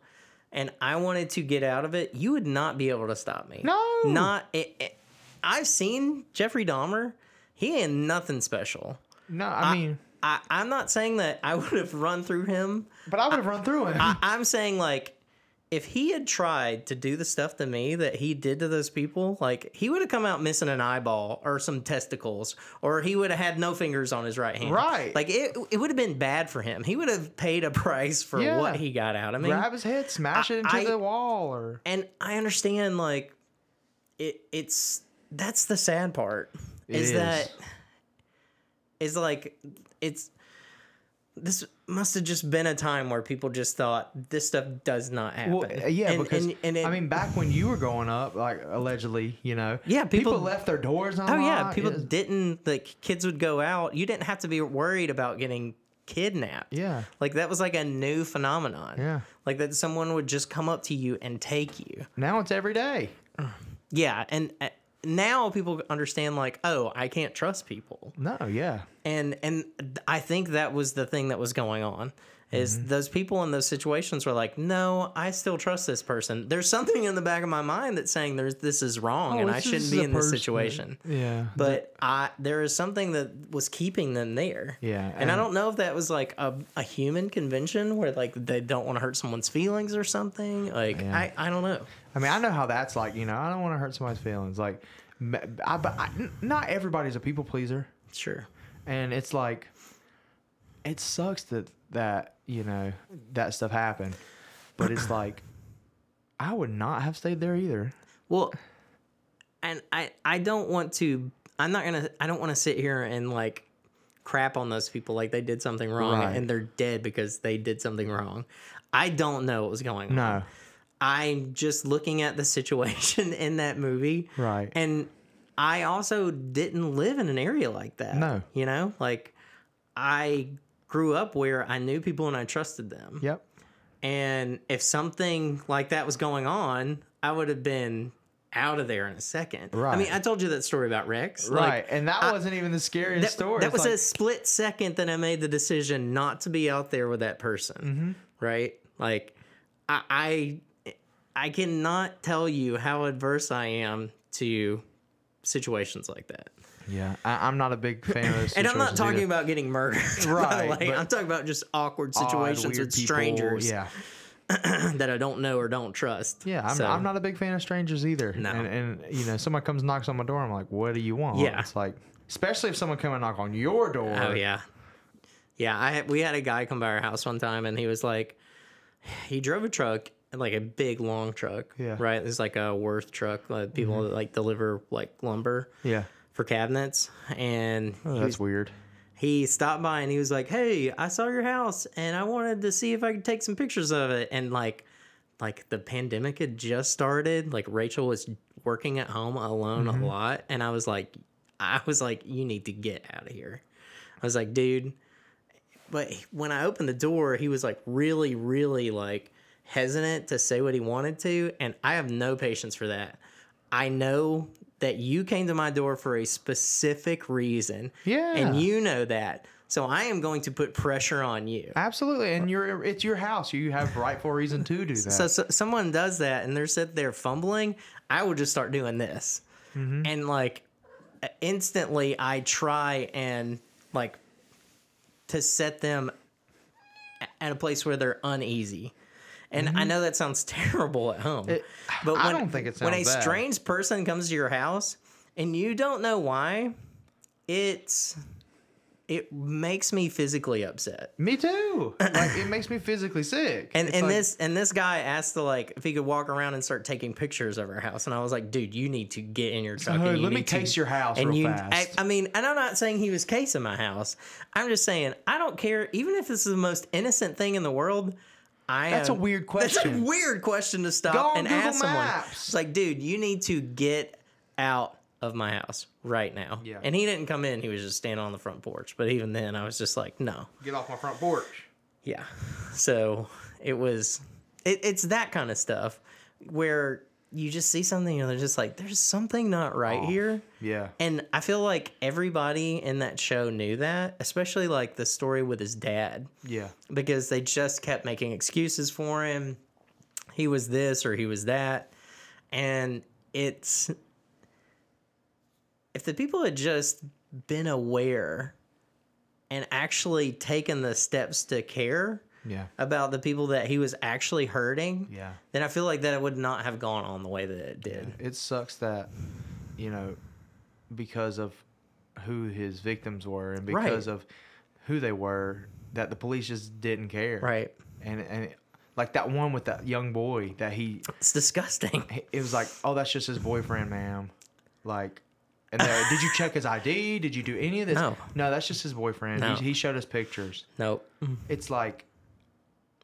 S2: and I wanted to get out of it, you would not be able to stop me.
S1: No.
S2: Not it, it- I've seen Jeffrey Dahmer. He ain't nothing special.
S1: no i, mean
S2: I, I'm not saying that I would have run through him
S1: but i would have run through him
S2: I, I'm saying like if he had tried to do the stuff to me that he did to those people, like he would have come out missing an eyeball or some testicles, or he would have had no fingers on his right hand.
S1: Right.
S2: Like it, it would have been bad for him. He would have paid a price for
S1: Yeah.
S2: what he got out of me.
S1: grab his head smash it into
S2: I-
S1: the wall or
S2: And I understand like it. It's that's the sad part
S1: It
S2: is
S1: is.
S2: that is like it's this must have just been a time where people just thought this stuff does not happen.
S1: Well, uh, yeah,
S2: And-
S1: because
S2: and- and it-
S1: I mean, back when you were growing up, like allegedly, you know,
S2: Yeah, people-
S1: left their doors unlocked.
S2: oh yeah, people
S1: It-
S2: didn't like kids would go out. You didn't have to be worried about getting kidnapped.
S1: Yeah.
S2: like that was like a new phenomenon.
S1: Yeah.
S2: like that someone would just come up to you and take you.
S1: Now it's every day.
S2: Yeah, and uh, now people understand like, oh, I can't trust people.
S1: No, yeah,
S2: and and I think that was the thing that was going on is
S1: Mm-hmm.
S2: those people in those situations were like, no, I still trust this person. There's something in the back of my mind that's saying there's this is wrong and I
S1: Oh, this
S2: shouldn't
S1: is
S2: be
S1: a
S2: in this
S1: person.
S2: situation.
S1: yeah.
S2: But I there is something that was keeping them there.
S1: Yeah,
S2: and, I
S1: and-
S2: don't know if that was like a, a human convention where like they don't want to hurt someone's feelings or something. Like
S1: Yeah.
S2: I I don't know.
S1: I mean, I know how that's like. You know, I don't want to hurt somebody's feelings. Like, m- I, but I, n- not everybody's a people pleaser,
S2: Sure.
S1: and it's like, it sucks that that you know that stuff happened, but it's like, I would not have stayed there either.
S2: Well, and I I don't want to. I'm not gonna. I don't want to sit here and like crap on those people like they did something wrong
S1: Right.
S2: and they're dead because they did something wrong. I don't know what was going on.
S1: No,
S2: I'm just looking at the situation in that movie.
S1: Right.
S2: And I also didn't live in an area like that.
S1: No.
S2: You know, like I grew up where I knew people and I trusted them.
S1: yep,
S2: And if something like that was going on, I would have been out of there in a second. I mean,
S1: Right.
S2: I told you that story about Rex. Like,
S1: right. And that wasn't even the scariest
S2: that,
S1: story.
S2: that
S1: It's
S2: was
S1: like,
S2: a split second that I made the decision not to be out there with that person.
S1: Mm-hmm.
S2: Right? Like I, I I cannot tell you how adverse I am to situations like that.
S1: Yeah, I, I'm not a big fan of. Those
S2: And I'm not
S1: situations
S2: talking
S1: either.
S2: about getting murdered. by the
S1: Right,
S2: way.
S1: but-
S2: I'm talking about just awkward
S1: Odd,
S2: situations
S1: weird
S2: with
S1: people,
S2: strangers
S1: Yeah,
S2: that I don't know or don't trust.
S1: yeah. I'm,
S2: So-
S1: I'm not a big fan of strangers either.
S2: No.
S1: And, and you know, someone comes and knocks on my door. I'm like, what do you want?
S2: Yeah.
S1: It's like, especially if someone come and knock on your door.
S2: Oh yeah, yeah. I had- we had a guy come by our house one time, and he was like, he drove a truck, like a big long truck.
S1: Yeah. Mm-hmm.
S2: Right. It's like a Worth truck. Like people that like deliver like lumber
S1: Yeah.
S2: for cabinets, and he,
S1: Oh, That's weird.
S2: he stopped by and he was like, "Hey, I saw your house, and I wanted to see if I could take some pictures of it." And like, like the pandemic had just started. Like Rachel was working at home alone a lot, and I was like, I was like, "You need to get out of here." I was like, "Dude." But when I opened the door, he was like really, really like hesitant to say what he wanted to, and I have no patience for that. I know that you came to my door for a specific reason.
S1: Yeah.
S2: And you know that. So I am going to put pressure on you.
S1: Absolutely. And you're it's your house. You have rightful reason to do that.
S2: So, so someone does that and they're sitting there fumbling, I will just start doing this.
S1: Mm-hmm.
S2: And like uh, instantly I try and like to set them a- at a place where they're uneasy. And I know that sounds terrible at home. but
S1: Mm-hmm. I don't think it
S2: when a
S1: sounds bad.
S2: strange person comes to your house and you don't know why, it's it makes me physically upset.
S1: me too. Like it makes me physically sick.
S2: And
S1: It's
S2: and
S1: like,
S2: this and this guy asked the like if he could walk around and start taking pictures of our house, and I was like, dude, you need to get in your truck.
S1: "Hey,
S2: and you
S1: let me
S2: need to-
S1: case your house
S2: And
S1: real
S2: you, I,
S1: fast."
S2: I mean, and I'm not saying he was casing my house. I'm just saying I don't care. Even if this is the most innocent thing in the world, I
S1: That's a
S2: am-
S1: weird
S2: That's a
S1: question.
S2: weird question to stop
S1: Go on
S2: and
S1: Google
S2: ask someone.
S1: Maps.
S2: It's like, dude, you need to get out of my house right now.
S1: Yeah.
S2: And he didn't come in. He was just standing on the front porch. But even then, I was just like, no.
S1: get off my front porch.
S2: Yeah. So it was, it, it's that kind of stuff where you just see something and they're just like, there's something not right here.
S1: Yeah.
S2: And I feel like everybody in that show knew that, especially like the story with his dad,
S1: Yeah.
S2: because they just kept making excuses for him. He was this or he was that. And it's, if the people had just been aware and actually taken the steps to care,
S1: Yeah.
S2: about the people that he was actually hurting,
S1: Yeah.
S2: then I feel like that it would not have gone on the way that it did.
S1: It sucks that, you know, because of who his victims were and
S2: Right.
S1: because of who they were, that the police just didn't care.
S2: Right.
S1: And and like that one with that young boy that he
S2: It's disgusting.
S1: it was like, oh, that's just his boyfriend, ma'am. Like, And they're, did you check his ID? Did you do any of this?
S2: No.
S1: that's just his boyfriend.
S2: No.
S1: He, he showed us pictures.
S2: Nope.
S1: It's like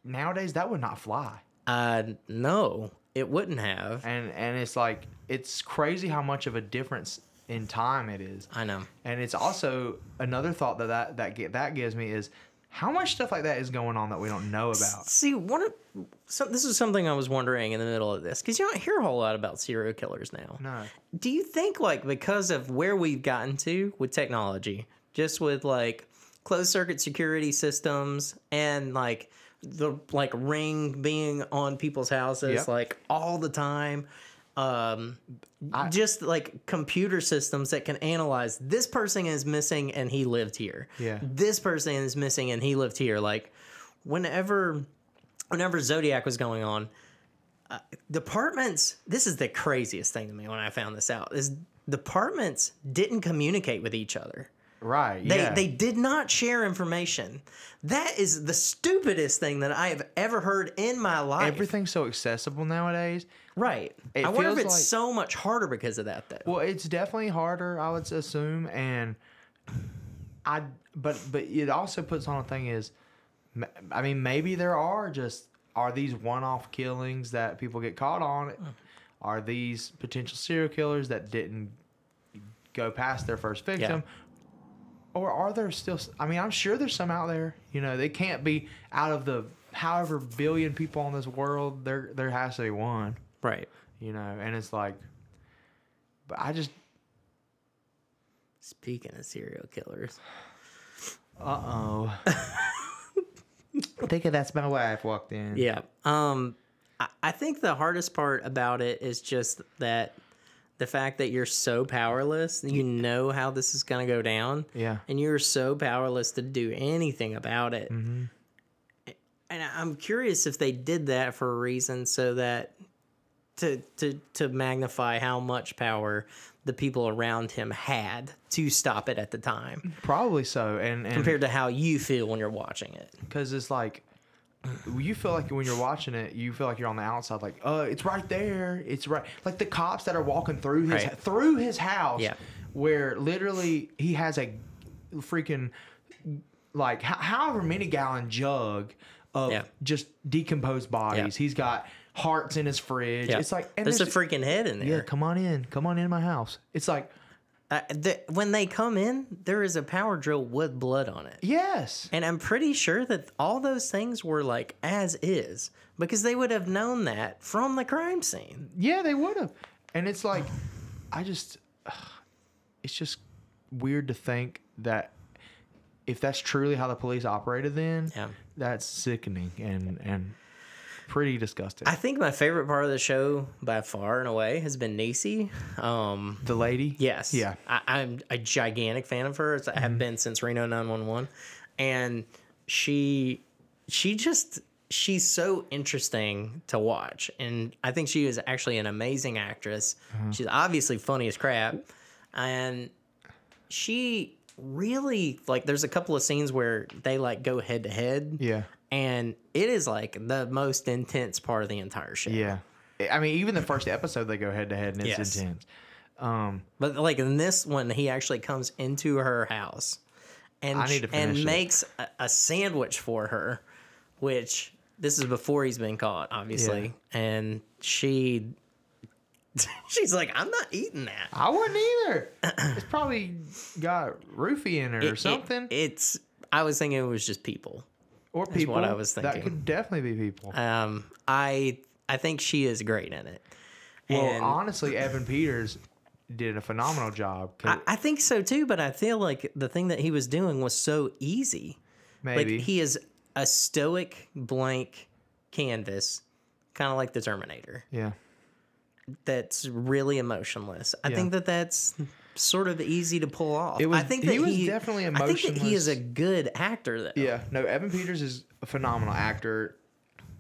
S1: nowadays that would not fly.
S2: Uh, no, it wouldn't have.
S1: And and it's like it's crazy how much of a difference in time it is.
S2: I know.
S1: And it's also another thought that that that gi- that gives me is how much stuff like that is going on that we don't know about.
S2: See, one of so this is something I was wondering in the middle of this because you don't hear a whole lot about serial killers now.
S1: No,
S2: Do you think like because of where we've gotten to with technology, just with like closed circuit security systems and like the like ring being on people's houses
S1: Yep.
S2: like all the time um just like computer systems that can analyze this person is missing and he lived here
S1: Yeah.
S2: this person is missing and he lived here like whenever whenever zodiac was going on uh, departments this is the craziest thing to me when i found this out is departments didn't communicate with each other
S1: right?
S2: they
S1: yeah.
S2: they did not share information that is the stupidest thing that i have ever heard in my life
S1: everything's so accessible nowadays.
S2: right
S1: It
S2: i wonder if
S1: feels
S2: it's
S1: like-
S2: so much harder because of that though
S1: Well, it's definitely harder, I would assume, and I. But but it also puts on a thing is, m- I mean, maybe there are just are these one-off killings that people get caught on. Are these potential serial killers that didn't go past their first victim? Or are there still? s- I mean, I'm sure there's some out there. You know, they can't be out of the however billion people in this world. There, there has to be one
S2: right
S1: you know and it's like but i just
S2: speaking of serial killers
S1: uh-oh think of that's my wife walked in
S2: yeah um I, I think the hardest part about it is just that the fact that you're so powerless you know how this is going to go down
S1: yeah
S2: and you're so powerless to do anything about it. And I- I'm curious if they did that for a reason so that to to to magnify how much power the people around him had to stop it at the time
S1: probably so and and
S2: compared to how you feel when you're watching it.
S1: because it's like you feel like when you're watching it you feel like you're on the outside like uh it's right there it's right like the cops that are walking through his
S2: Right.
S1: through his house
S2: Yeah.
S1: where literally he has a freaking like ho- however many gallon jug of
S2: Yeah.
S1: just decomposed bodies
S2: Yeah.
S1: he's got hearts in his fridge
S2: Yeah.
S1: it's like and
S2: there's,
S1: there's,
S2: a freaking head in
S1: yeah
S2: there.
S1: come on in come on in my house it's like
S2: Uh, the, when they come in, there is a power drill with blood on it.
S1: yes
S2: And I'm pretty sure that all those things were like as is because they would have known that from the crime scene.
S1: Yeah, they would have. And it's like, I just, it's just weird to think that if that's truly how the police operated, then
S2: Yeah.
S1: that's sickening and and pretty disgusting.
S2: I think my favorite part of the show by far and away has been Niecy. Um,
S1: the lady,
S2: yes.
S1: yeah, Mm-hmm.
S2: I, I'm a gigantic fan of hers. I have been since Reno 911. And she, she just, she's so interesting to watch. And I think she is actually an amazing actress.
S1: Mm-hmm.
S2: She's obviously funny as crap. And she really, like, there's a couple of scenes where they, like, go head to head.
S1: yeah,
S2: And it is, like, the most intense part of the entire show.
S1: yeah. I mean, even the first episode, they go head to head, and it's
S2: Yes.
S1: intense.
S2: But like in this one, he actually comes into her house and
S1: I need to
S2: and
S1: finish it.
S2: makes a, a sandwich for her, which this is before he's been caught, obviously. And she she's like, I'm not eating that.
S1: I wouldn't either. it's probably got roofie in it or
S2: It-
S1: something,
S2: it's I was thinking it was just people.
S1: or people.
S2: what I was
S1: That
S2: thinking.
S1: could definitely be people.
S2: Um I I think she is great in it.
S1: well,
S2: and-
S1: honestly, Evan Peters did a phenomenal job. 'cause
S2: I, I think so too, but I feel like the thing that he was doing was so easy.
S1: maybe
S2: Like he is a stoic blank canvas, kind of like the Terminator.
S1: Yeah.
S2: That's really emotionless. I
S1: Yeah.
S2: think that that's sort of easy to pull off.
S1: It was-
S2: I think
S1: he
S2: that
S1: was definitely
S2: I think that he is a
S1: emotionless.
S2: good actor though.
S1: Yeah. No, Evan Peters is a phenomenal actor.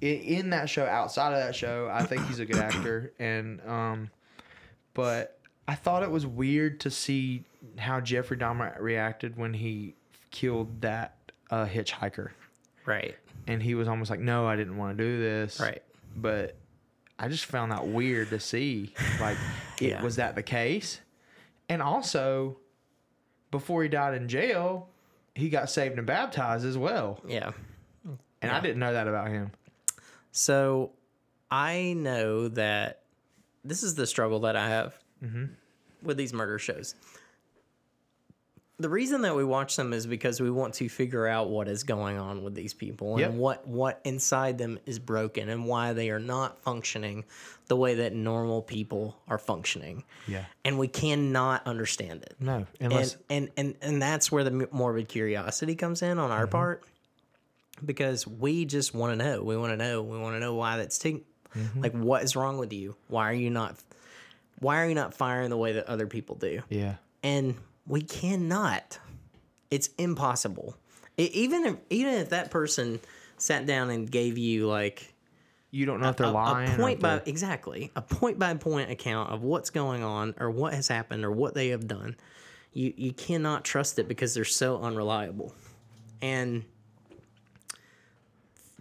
S1: I- In that show, outside of that show, I think he's a good actor. And, um, but I thought it was weird to see how Jeffrey Dahmer reacted when he killed that uh, hitchhiker.
S2: Right.
S1: And he was almost like, no, I didn't want to do this.
S2: Right.
S1: But I just found that weird to see. Like, it,
S2: Yeah.
S1: was that the case? And also, before he died in jail, he got saved and baptized as well.
S2: Yeah.
S1: And I didn't know that about him.
S2: So I know that this is the struggle that I have with these murder shows. The reason that we watch them is because we want to figure out what is going on with these people
S1: Yep.
S2: and what what inside them is broken and why they are not functioning the way that normal people are functioning.
S1: Yeah.
S2: And we cannot understand it.
S1: No, unless
S2: and, and and and that's where the m- morbid curiosity comes in on our part because we just want to know we want to know we want to know why that's taking like what is wrong with you why are you not why are you not firing the way that other people do
S1: yeah.
S2: and we cannot it's impossible E- even if even if that person sat down and gave you like
S1: You don't know if they're
S2: a-
S1: lying. or
S2: A point
S1: if
S2: by
S1: they're-
S2: exactly a point by point account of what's going on or what has happened or what they have done. You you cannot trust it because they're so unreliable, and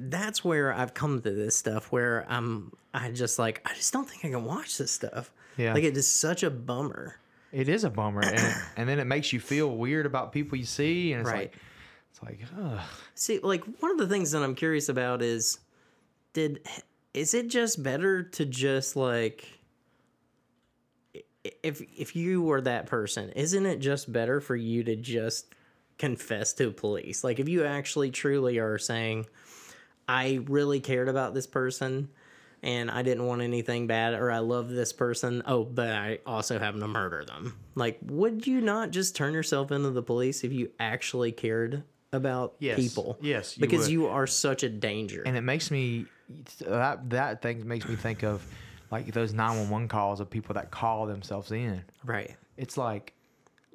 S2: that's where I've come to this stuff where I'm I just like I just don't think I can watch this stuff.
S1: Yeah.
S2: like it is such a bummer.
S1: it is a bummer, and, it- and then it makes you feel weird about people you see, and it's
S2: Right.
S1: like it's like, ugh.
S2: See, like one of the things that I'm curious about is did is it just better to just like i- if if you were that person, isn't it just better for you to just confess to police? Like if you actually truly are saying I really cared about this person and I didn't want anything bad or I love this person, oh, but I also happen to murder them. Like would you not just turn yourself into the police if you actually cared about
S1: Yes.
S2: people?
S1: Yes, you
S2: because
S1: would.
S2: you are such a danger.
S1: and it makes me that that thing makes me think of like those nine one one calls of people that call themselves in.
S2: right.
S1: It's like,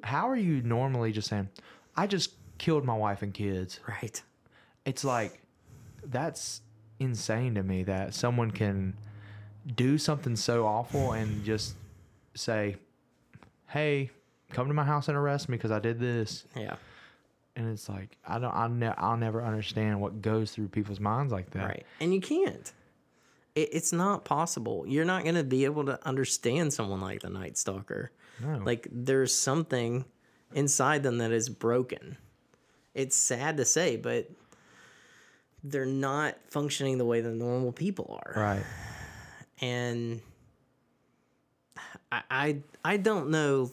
S1: how are you normally just saying, I just killed my wife and kids?
S2: Right.
S1: It's like, that's insane to me that someone can do something so awful and just say, hey, come to my house and arrest me because I did this.
S2: Yeah.
S1: And it's like, I don't, I'll, ne- I'll never understand what goes through people's minds like that.
S2: Right. And you can't. It, it's not possible. You're not going to be able to understand someone like the Night Stalker.
S1: No.
S2: Like there's something inside them that is broken. It's sad to say, but they're not functioning the way that normal people are.
S1: Right.
S2: And I, I I don't know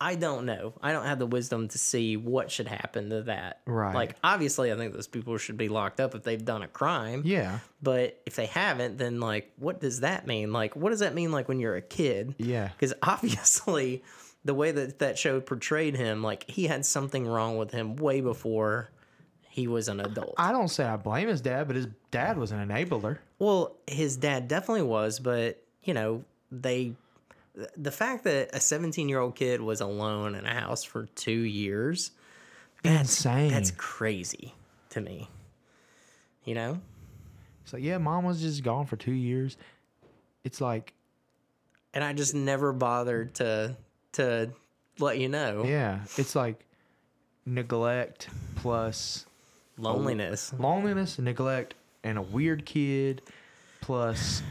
S2: I don't know. I don't have the wisdom to see what should happen to that.
S1: Right.
S2: Like obviously I think those people should be locked up if they've done a crime.
S1: Yeah.
S2: But if they haven't, then like, what does that mean? Like, what does that mean? Like when you're a kid?
S1: Yeah.
S2: Because obviously, the way that that show portrayed him, like he had something wrong with him way before he was an adult.
S1: I don't say I blame his dad, but his dad was an enabler.
S2: well, his dad definitely was, but you know, they, th- the fact that a 17 year old kid was alone in a house for two years,
S1: insane.
S2: that's crazy to me. You know?
S1: It's like, yeah, mom was just gone for two years. It's like,
S2: and I just never bothered to to let you know
S1: yeah, it's like neglect plus
S2: loneliness.
S1: loneliness, neglect, and a weird kid plus,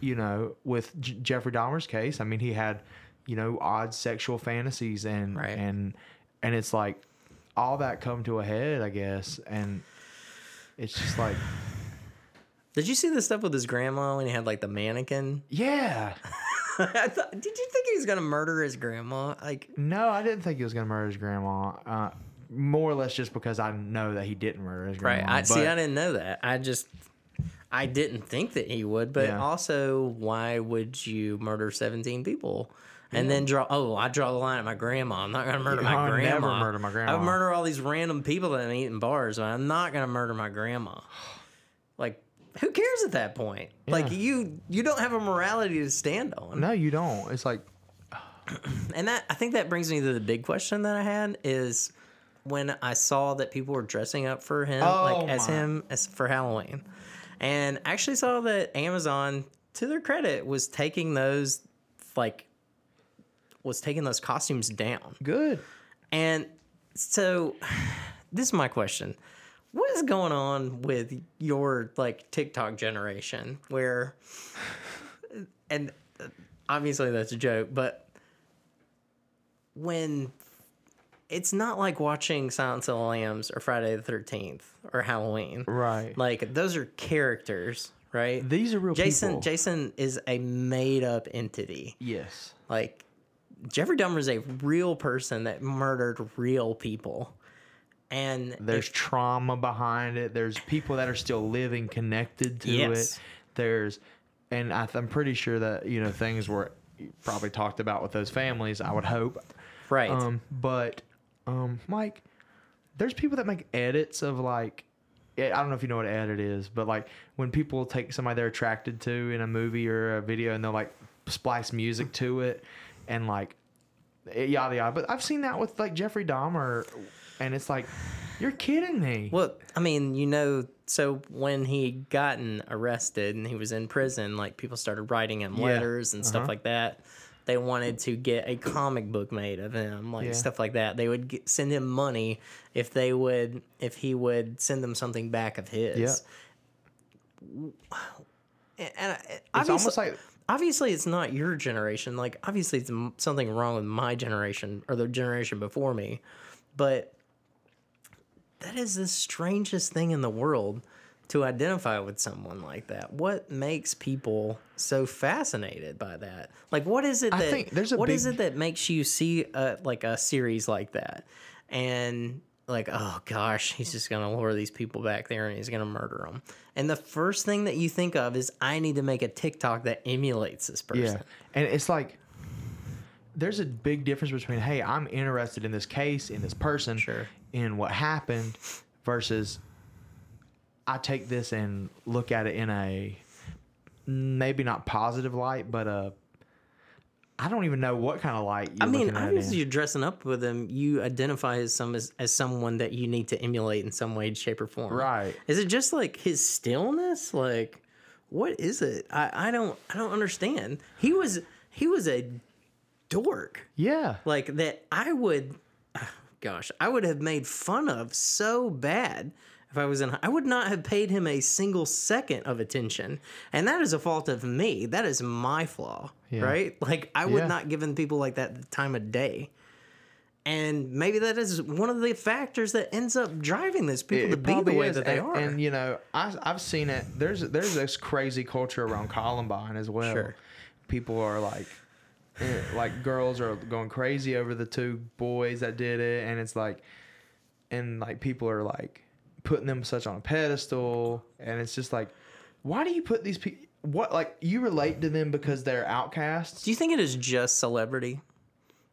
S1: you know, with J- Jeffrey Dahmer's case, I mean, he had, you know, odd sexual fantasies and
S2: Right.
S1: and and it's like all that come to a head, I guess, and it's just like,
S2: Did you see the stuff with his grandma when he had like the mannequin?
S1: yeah,
S2: I thought, did you think he was gonna murder his grandma? Like,
S1: no, I didn't think he was gonna murder his grandma. Uh, more or less just because I know that he didn't murder his grandma.
S2: right? I see.
S1: but-
S2: I didn't know that. I just I didn't think that he would. But
S1: Yeah.
S2: also, why would you murder seventeen people? And then draw. Oh, I draw the line at my grandma. I'm not gonna murder my
S1: I'll never
S2: grandma.
S1: murder my grandma.
S2: I would murder all these random people that I meet in bars, but I'm not gonna murder my grandma. Like, who cares at that point? Like,
S1: Yeah.
S2: you you don't have a morality to stand on.
S1: No, you don't. It's like,
S2: And that I think that brings me to the big question that I had is when I saw that people were dressing up for him,
S1: Oh
S2: like as
S1: my.
S2: him as for Halloween, and I actually saw that Amazon, to their credit, was taking those like was taking those costumes down.
S1: good.
S2: And so this is my question. What is going on with your like TikTok generation where uh, and obviously that's a joke, but when it's not like watching Silence of the Lambs or Friday the Thirteenth or Halloween.
S1: Right.
S2: Like those are characters, right?
S1: These are real
S2: Jason
S1: people.
S2: Jason is a made up entity.
S1: yes.
S2: Like Jeffrey Dahmer is a real person that murdered real people. And
S1: There's trauma behind it. There's people that are still living connected to
S2: Yes.
S1: it. There's, and I, I'm pretty sure that you know things were probably talked about with those families. I would hope.
S2: if- right.
S1: Um, but um, Mike, there's people that make edits of like, eh, I don't know if you know what an edit is, but like when people take somebody they're attracted to in a movie or a video and they'll like splice music to it and like eh, yada yada. But I've seen that with like Jeffrey Dahmer, and it's like, you're kidding me.
S2: Well, I mean, you know, so when he had gotten arrested and he was in prison, like people started writing him
S1: Yeah.
S2: letters and stuff
S1: Uh-huh.
S2: like that. They wanted to get a comic book made of him, like
S1: Yeah.
S2: stuff like that. They would get, send him money if they would, if he would send them something back of his.
S1: Yeah.
S2: And, and I-
S1: It's
S2: obviously,
S1: almost like
S2: obviously it's not your generation like obviously it's m- something wrong with my generation or the generation before me but that is the strangest thing in the world to identify with someone like that what makes people so fascinated by that like what is it
S1: I
S2: that
S1: think there's a
S2: what is
S1: big-
S2: it that makes you see a, like a series like that and like oh gosh he's just gonna lure these people back there and he's gonna murder them and the first thing that you think of is i need to make a tiktok that emulates this person
S1: Yeah. And it's like there's a big difference between, hey, I'm interested in this case, in this person,
S2: Sure.
S1: in what happened, versus I take this and look at it in a maybe not positive light, but a I don't even know what kind of light you
S2: I mean,
S1: at it in.
S2: obviously you're dressing up with him. You identify as some as, as someone that you need to emulate in some way, shape, or form.
S1: Right.
S2: Is it just like his stillness? Like, what is it? I, I don't I don't understand. He was he was a dork.
S1: Yeah.
S2: Like that I would gosh, I would have made fun of so bad if I was in I would not have paid him a single second of attention. And that is a fault of me. That is my flaw.
S1: Yeah.
S2: Right? Like I would
S1: Yeah.
S2: not given people like that the time of day. And maybe that is one of the factors that ends up driving those people
S1: It
S2: to be the
S1: probably
S2: way
S1: is,
S2: that they
S1: and,
S2: are.
S1: And you know, I, I've seen it. There's there's this crazy culture around Columbine as well.
S2: Sure.
S1: People are like, eh, like girls are going crazy over the two boys that did it, and it's like, and like people are like putting them such on a pedestal, and it's just like, why do you put these people? What like you relate to them because they're outcasts?
S2: Do you think it is just celebrity?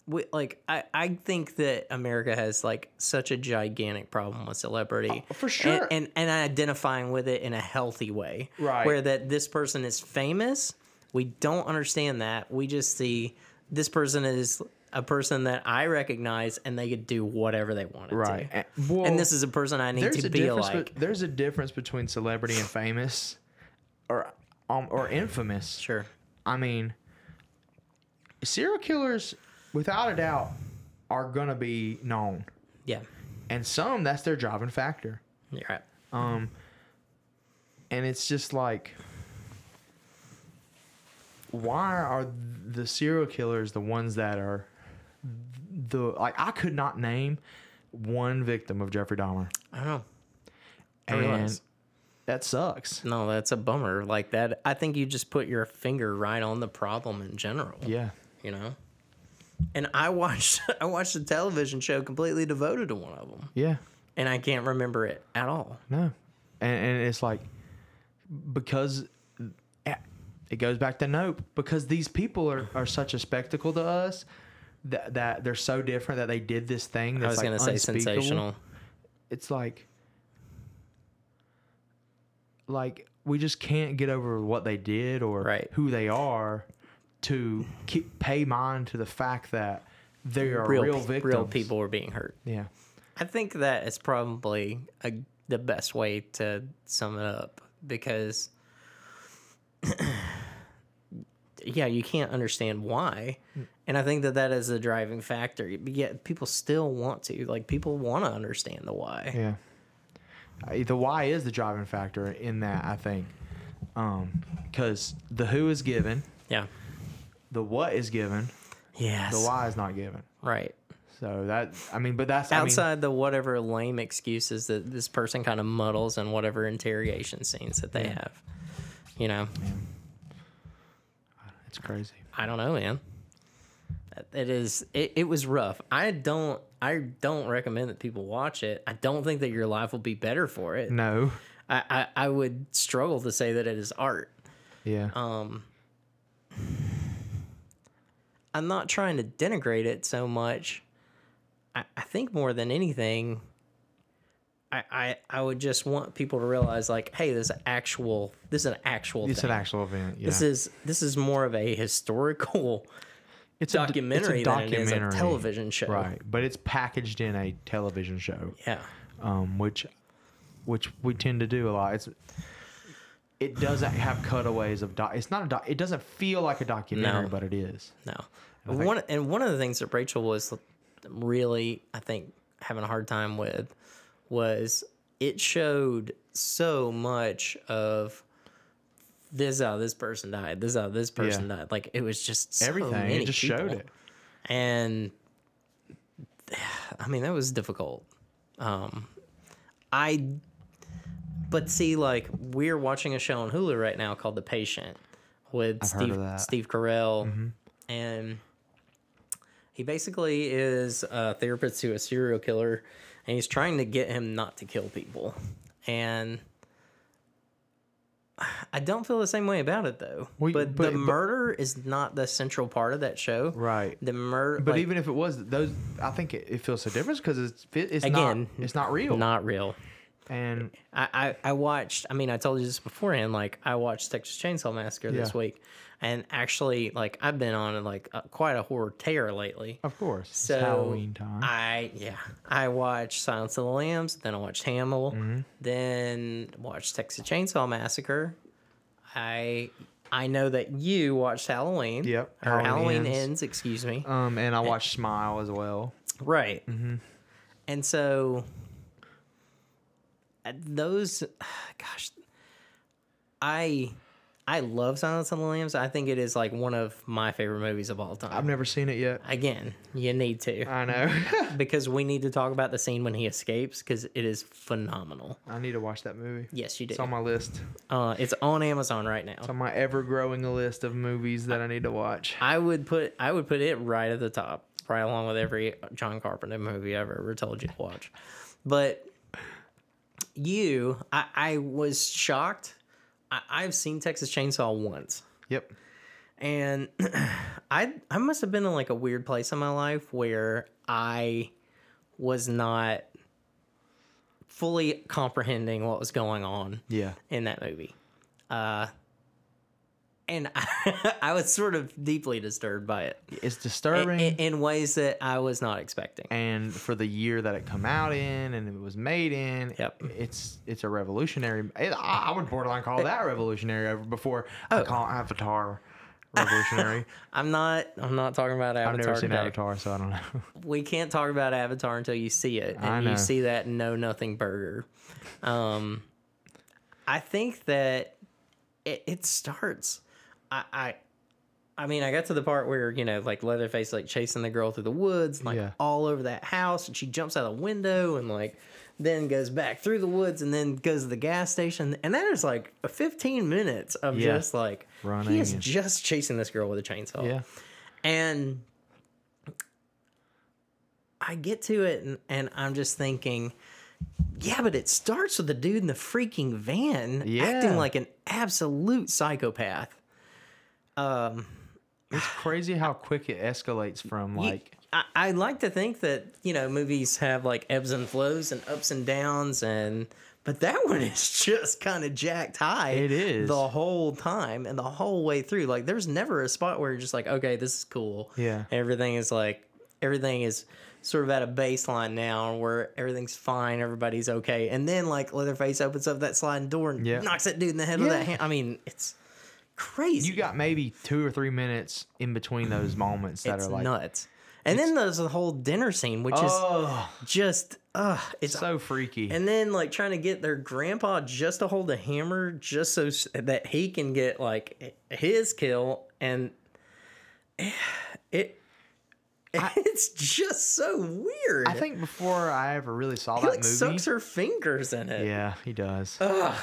S2: We, like I, I think that America has like such a gigantic problem with celebrity
S1: Oh, for sure.
S2: and, and and identifying with it in a healthy way,
S1: Right.
S2: Where that this person is famous, we don't understand that. We just see this person is a person that I recognize, and they could do whatever they wanted
S1: Right.
S2: to.
S1: Eh, well,
S2: and this is a person I need
S1: there's
S2: to
S1: a
S2: be
S1: difference.
S2: like.
S1: be- there's a difference between celebrity and famous, or um, or infamous.
S2: Sure,
S1: I mean, serial killers, without a doubt, are gonna be known,
S2: yeah,
S1: and some that's their driving factor.
S2: you're right.
S1: Um, and it's just like, why are the serial killers the ones that are the like? I could not name one victim of Jeffrey Dahmer,
S2: I don't know. I
S1: and
S2: realize.
S1: that sucks.
S2: No, that's a bummer. Like that, I think you just put your finger right on the problem in general.
S1: Yeah.
S2: You know. And I watched, I watched a television show completely devoted to one of them,
S1: Yeah.
S2: and I can't remember it at all.
S1: No. And, and it's like, because eh, it goes back to Nope, because these people are, are such a spectacle to us that, that they're so different that they did this thing
S2: I
S1: that's
S2: was
S1: like
S2: gonna say
S1: unspeakable.
S2: sensational.
S1: It's like, like, we just can't get over what they did or
S2: Right.
S1: who they are to keep, pay mind to the fact that they are real,
S2: pe-
S1: victims.
S2: real people were being hurt.
S1: Yeah.
S2: I think that is probably a, the best way to sum it up because, yeah, you can't understand why.
S1: Hmm.
S2: And I think that that is the driving factor. But Yet people still want to. Like, people want to understand the why.
S1: Yeah. I- The why is the driving factor in that, I think. Because the who is given,
S2: Yeah.
S1: the what is given,
S2: Yes.
S1: the why is not given.
S2: Right.
S1: So that I mean, but that's I mean-
S2: Outside the whatever lame excuses that this person kind of muddles and whatever interrogation scenes that they have. You know,
S1: it's crazy.
S2: I don't know, man. It is. It, it was rough. I don't. I don't recommend that people watch it. I don't think that your life will be better for it.
S1: No.
S2: I, I, I would struggle to say that it is art.
S1: Yeah.
S2: Um, I'm not trying to denigrate it so much. I, I think more than anything, I, I I would just want people to realize like, hey, this is actual this is an actual
S1: it's
S2: thing.
S1: an actual event. Yeah.
S2: This is this is more of a historical
S1: it's a d- it's
S2: documentary, than it is a television show.
S1: Right. But it's packaged in a television show.
S2: Yeah.
S1: um, which which we tend to do a lot. It's it doesn't have cutaways of doc. It's not a doc. It doesn't feel like a documentary,
S2: No.
S1: but it is.
S2: No. one and one of the things that Rachel was really, I think, having a hard time with was it showed so much of this is how this person died. This is how this person died. Like it was just so
S1: Everything
S2: many
S1: it just showed
S2: people.
S1: it.
S2: and I mean that was difficult. Um, I, but see, like we're watching a show on Hulu right now called The Patient
S1: heard
S2: with
S1: of
S2: Steve
S1: that. Mm-hmm.
S2: Steve Carell, and he basically is a therapist to a serial killer, and he's trying to get him not to kill people, and. I don't feel the same way about it though.
S1: We-
S2: but,
S1: but-
S2: the
S1: but-
S2: murder is not the central part of that show.
S1: Right.
S2: The murder,
S1: But
S2: like,
S1: even if it was those, I think it, it feels so different because it's fi- it's
S2: Again,
S1: not it's not real.
S2: not real.
S1: and
S2: I, I, I watched. I mean, I told you this beforehand. Like, I watched Texas Chainsaw Massacre this
S1: Yeah.
S2: week, and actually, like, I've been on like a, quite a horror tear lately.
S1: of course,
S2: So
S1: Oh, it's Halloween time.
S2: I yeah, I watched Silence of the Lambs. Then I watched Hamill.
S1: Mm-hmm.
S2: Then watched Texas Chainsaw Massacre. I I know that you watched Halloween.
S1: Yep,
S2: Or Halloween,
S1: Halloween
S2: ends.
S1: Ends.
S2: Excuse me.
S1: um, and I watched Smile as well.
S2: Right. And so uh, those gosh I I love Silence of the Lambs. I think it is like one of my favorite movies of all
S1: I've
S2: time.
S1: never seen it yet.
S2: Again, you need to
S1: I know.
S2: because we need to talk about the scene when he escapes cuz it is phenomenal.
S1: I need to watch that movie.
S2: Yes, you do.
S1: It's on my list.
S2: uh, it's on Amazon right now.
S1: It's on my ever growing list of movies that I need to watch.
S2: I would put I would put it right at the top, right along with every John Carpenter movie I've ever told you to watch. But you, I, I was shocked. I, I've seen Texas Chainsaw once,
S1: Yep.
S2: and I I must have been in like a weird place in my life where I was not fully comprehending what was going on
S1: Yeah.
S2: in that movie. Uh, and I, I was sort of deeply disturbed by it
S1: It's
S2: i- i-
S1: disturbing.
S2: in, ways that I was not expecting.
S1: and for the year that it come out in and it was made in
S2: Yep.
S1: it's it's a revolutionary it, I, I would borderline call that revolutionary over before
S2: Oh.
S1: i call avatar revolutionary
S2: I'm not. I'm not talking about Avatar.
S1: i've never seen
S2: today.
S1: avatar so i don't know
S2: We can't talk about Avatar until you see it,
S1: I
S2: and you
S1: know.
S2: see that no nothing burger. Um, I think that it, it starts. I, I, I mean, I got to the part where you know, like Leatherface, like chasing the girl through the woods, like
S1: Yeah.
S2: all over that house, and she jumps out the window and like then goes back through the woods and then goes to the gas station, and that is like 15 minutes of
S1: Yeah.
S2: just like he
S1: Running
S2: is
S1: and-
S2: just chasing this girl with a chainsaw,
S1: yeah
S2: and I get to it and, and I'm just thinking, yeah, but it starts with the dude in the freaking van
S1: Yeah.
S2: acting like an absolute psychopath. Um,
S1: it's crazy how quick it escalates from
S2: you-
S1: like
S2: I, I like to think that, you know, movies have like ebbs and flows and ups and downs and but that one is just kind of jacked high.
S1: It is.
S2: the whole time and the whole way through. Like there's never a spot where you're just like, okay, this is cool.
S1: Yeah.
S2: Everything is like everything is sort of at a baseline now where everything's fine, everybody's okay. And then like Leatherface opens up that sliding door and
S1: Yeah.
S2: knocks that dude in the head with
S1: Yeah.
S2: that hand. I mean, it's crazy.
S1: you got maybe two or three minutes in between those moments that
S2: Mm, it's
S1: are like
S2: nuts. And then there's the whole dinner scene, which is
S1: oh
S2: just uh it's
S1: so freaky
S2: and then like trying to get their grandpa just to hold a hammer just so s- that he can get like his kill and eh, it it's just so weird.
S1: I think before I ever really saw
S2: he
S1: that
S2: like
S1: movie.
S2: sucks her fingers in it.
S1: yeah, he does.
S2: Ugh.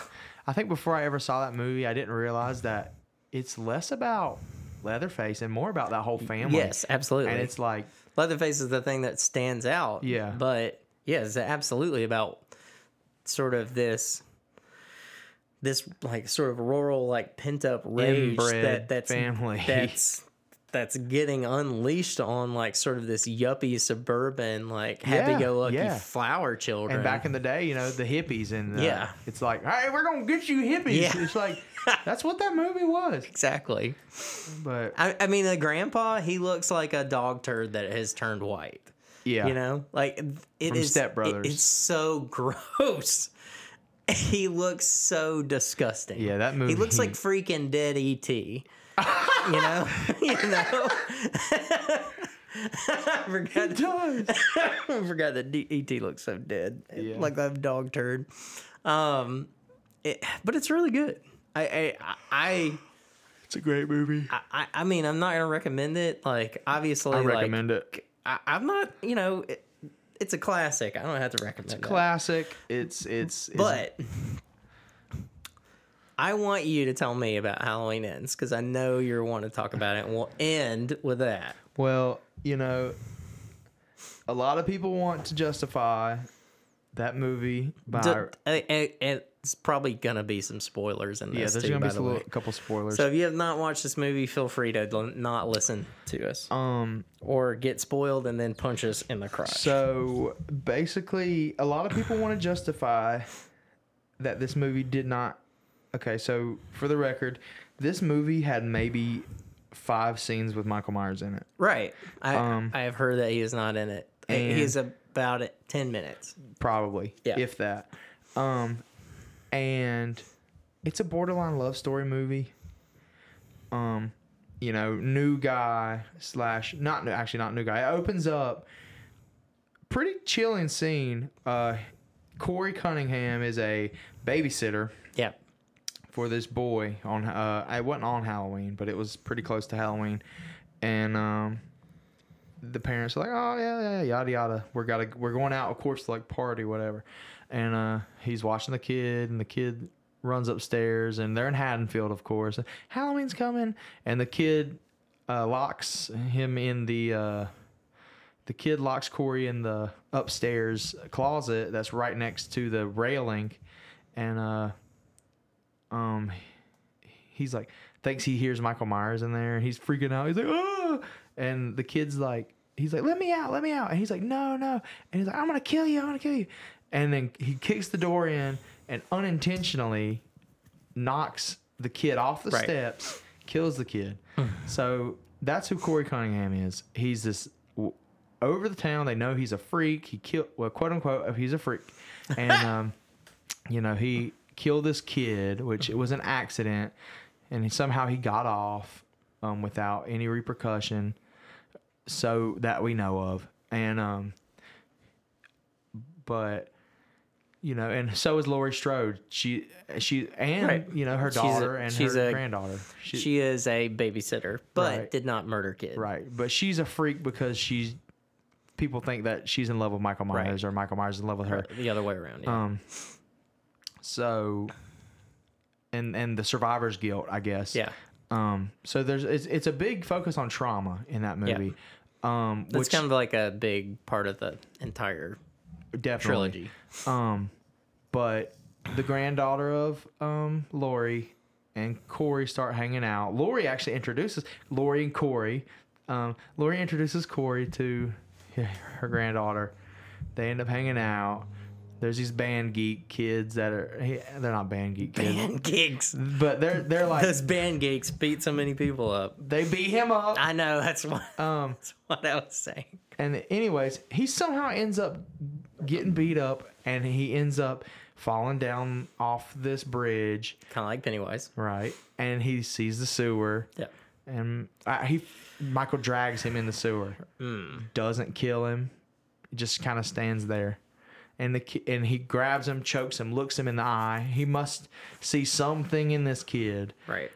S1: I think before I ever saw that movie, I didn't realize that it's less about Leatherface and more about that whole family.
S2: Yes, absolutely.
S1: And it's like,
S2: Leatherface is the thing that stands out.
S1: Yeah.
S2: But yeah, it's absolutely about sort of this this like sort of rural like pent up rage
S1: Inbred
S2: that that's
S1: family.
S2: that's that's getting unleashed on like sort of this yuppie suburban like
S1: Yeah,
S2: happy go lucky
S1: yeah.
S2: flower children.
S1: and back in the day, you know, the hippies and uh,
S2: Yeah.
S1: it's like, hey, we're gonna get you hippies.
S2: Yeah.
S1: It's like that's what that movie was.
S2: exactly.
S1: But
S2: I, I mean, the grandpa he looks like a dog turd that has turned white.
S1: yeah,
S2: You know, like it
S1: From
S2: is-
S1: Step
S2: it-
S1: Brothers.
S2: it's so gross. He looks so disgusting.
S1: Yeah, that
S2: He looks
S1: movie-
S2: like freaking dead ET. you know, you know. I
S1: it
S2: forgot.
S1: does.
S2: I forgot that D- ET looks so dead,
S1: Yeah.
S2: like a dog turd. Um, it, but it's really good. I I I
S1: It's a great movie. I,
S2: I, I, I mean, I'm not gonna recommend it. Like, obviously, like,
S1: recommend it.
S2: I, I'm not, you know, it, it's a classic. I don't have to recommend it.
S1: Classic. It's it's, it's
S2: but I want you to tell me about Halloween Ends because I know you're want to talk about it, and we'll end with that.
S1: Well, you know, a lot of people want to justify that movie by.
S2: D- I- I- it's probably gonna be some spoilers in this.
S1: yeah, there's
S2: too,
S1: gonna
S2: by
S1: be a
S2: the
S1: little,
S2: way.
S1: couple spoilers.
S2: So if you have not watched this movie, feel free to l- not listen to us
S1: um,
S2: or get spoiled and then punch us in the crotch.
S1: so basically, a lot of people want to justify that this movie did not. Okay, so for the record, this movie had maybe five scenes with Michael Myers in it,
S2: right? I
S1: Um,
S2: I have heard that he is not in it.
S1: and-
S2: He is about it ten minutes.
S1: probably,
S2: Yeah.
S1: if that. Um, and it's a borderline love story movie. um, you know, new guy slash not new, actually not new guy. It opens up pretty chilling scene. Uh, Corey Cunningham is a babysitter
S2: Yeah.
S1: for this boy on uh, it wasn't on Halloween, but it was pretty close to Halloween, and um, the parents are like, oh yeah, yeah, yada yada. We're gotta we're going out, of course, to like party, whatever. And uh, he's watching the kid, and the kid runs upstairs, and they're in Haddonfield, of course. Halloween's coming, and the kid uh, locks him in the. Uh, the kid locks Corey in the upstairs closet that's right next to the railing, and uh, um, he's like thinks he hears Michael Myers in there, and he's freaking out. He's like, oh, and the kid's like, he's like, let me out, let me out, and he's like, no, no, and he's like, I'm gonna kill you, I'm gonna kill you, and then he kicks the door in and unintentionally knocks the kid off the
S2: Right.
S1: steps, kills the kid. so that's who Corey Cunningham is. He's this w- over the town. They know he's a freak. He killed, well, quote unquote, he's a freak, and um, you know, he killed this kid, which it was an accident, and somehow he got off um, without any repercussion, so that we know of, and um, but. You know, and so is Laurie Strode. She, she, and
S2: Right.
S1: you know her
S2: She's a-
S1: daughter and
S2: she's
S1: her
S2: a-
S1: granddaughter. She-
S2: She is a babysitter, but
S1: Right.
S2: did not murder kid.
S1: Right. But she's a freak because she's people think that she's in love with Michael
S2: Right.
S1: Myers or Michael Myers is in love with her.
S2: The other way around. Yeah.
S1: Um so and and the survivor's guilt, I guess.
S2: yeah.
S1: Um so there's it's, it's a big focus on trauma in that
S2: Yeah.
S1: movie. Um
S2: That's
S1: which
S2: kind of like a big part of the entire
S1: definitely
S2: trilogy.
S1: Um, but the granddaughter of um Lori and Corey start hanging out. Lori actually introduces Lori and Corey. Um, Lori introduces Corey to her granddaughter. They end up hanging out. There's these band geek kids that are they're not band geek kids,
S2: Band gigs.
S1: but they're they're like
S2: Those band gigs beat so many people up.
S1: they beat him up.
S2: I know. That's what,
S1: Um,
S2: that's what I was saying.
S1: And anyways, he somehow ends up getting beat up, and he ends up falling down off this bridge,
S2: Kind of like Pennywise.
S1: right? And he sees the sewer,
S2: Yeah.
S1: and uh, he Michael drags him in the sewer, doesn't kill him, just kind of stands there. And the ki- and he grabs him, chokes him, looks him in the eye. He must see something in this kid,
S2: Right.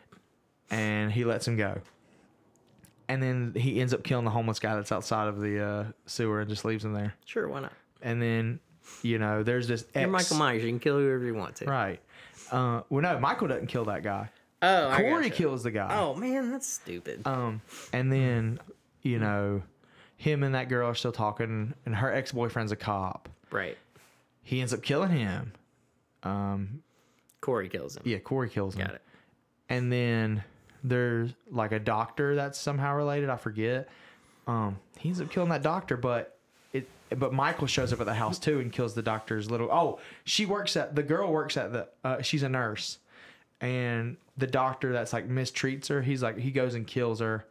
S1: and he lets him go. and then he ends up killing the homeless guy that's outside of the uh, sewer and just leaves him there.
S2: Sure, why not?
S1: And then, you know, there's this ex.
S2: You're Michael Myers. You can kill whoever you want to.
S1: Right. Uh, well, no, Michael doesn't kill that guy.
S2: Oh, I Oh.
S1: Corey
S2: gotcha.
S1: kills the guy.
S2: Oh man, that's stupid.
S1: Um, and then, you know, him and that girl are still talking, and her ex boyfriend's a cop.
S2: right.
S1: He ends up killing him. Um,
S2: Corey kills him.
S1: Yeah, Corey kills him.
S2: Got it.
S1: And then there's like a doctor that's somehow related. I forget. Um, he ends up killing that doctor, but it. But Michael shows up at the house too and kills the doctor's little. Oh, she works at the girl works at the. Uh, she's a nurse, and the doctor that's like mistreats her. He's like he goes and kills her,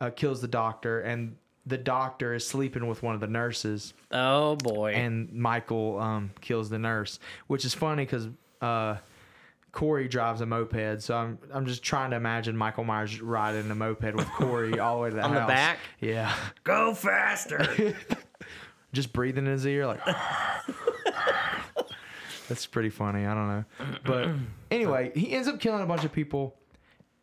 S1: uh, kills the doctor, and the doctor is sleeping with one of the nurses
S2: Oh boy.
S1: and Michael um, kills the nurse, which is funny because uh, Corey drives a moped. So I'm I'm just trying to imagine Michael Myers riding a moped with Corey all the way to the
S2: On the
S1: house.
S2: back?
S1: Yeah,
S2: Go faster.
S1: just breathing in his ear like. That's pretty funny. I don't know, but anyway, he ends up killing a bunch of people,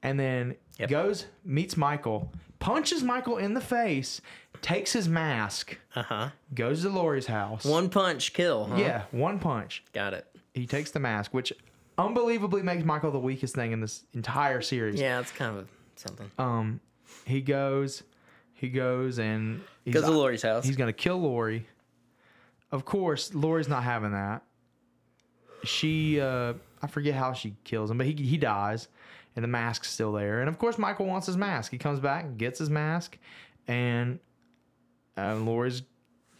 S1: and then
S2: Yep.
S1: goes meets Michael, punches Michael in the face, takes his mask,
S2: uh huh.
S1: goes to Lori's house.
S2: One punch kill. Huh?
S1: yeah, one punch.
S2: Got it.
S1: he takes the mask, which unbelievably makes Michael the weakest thing in this entire series.
S2: Yeah, it's kind of something.
S1: Um, he goes, he goes, and he's,
S2: Goes to Lori's house.
S1: he's gonna kill Lori. Of course, Lori's not having that. She, uh, I forget how she kills him, but he he dies, and the mask's still there. And of course, Michael wants his mask. He comes back, and gets his mask, and uh, Lori's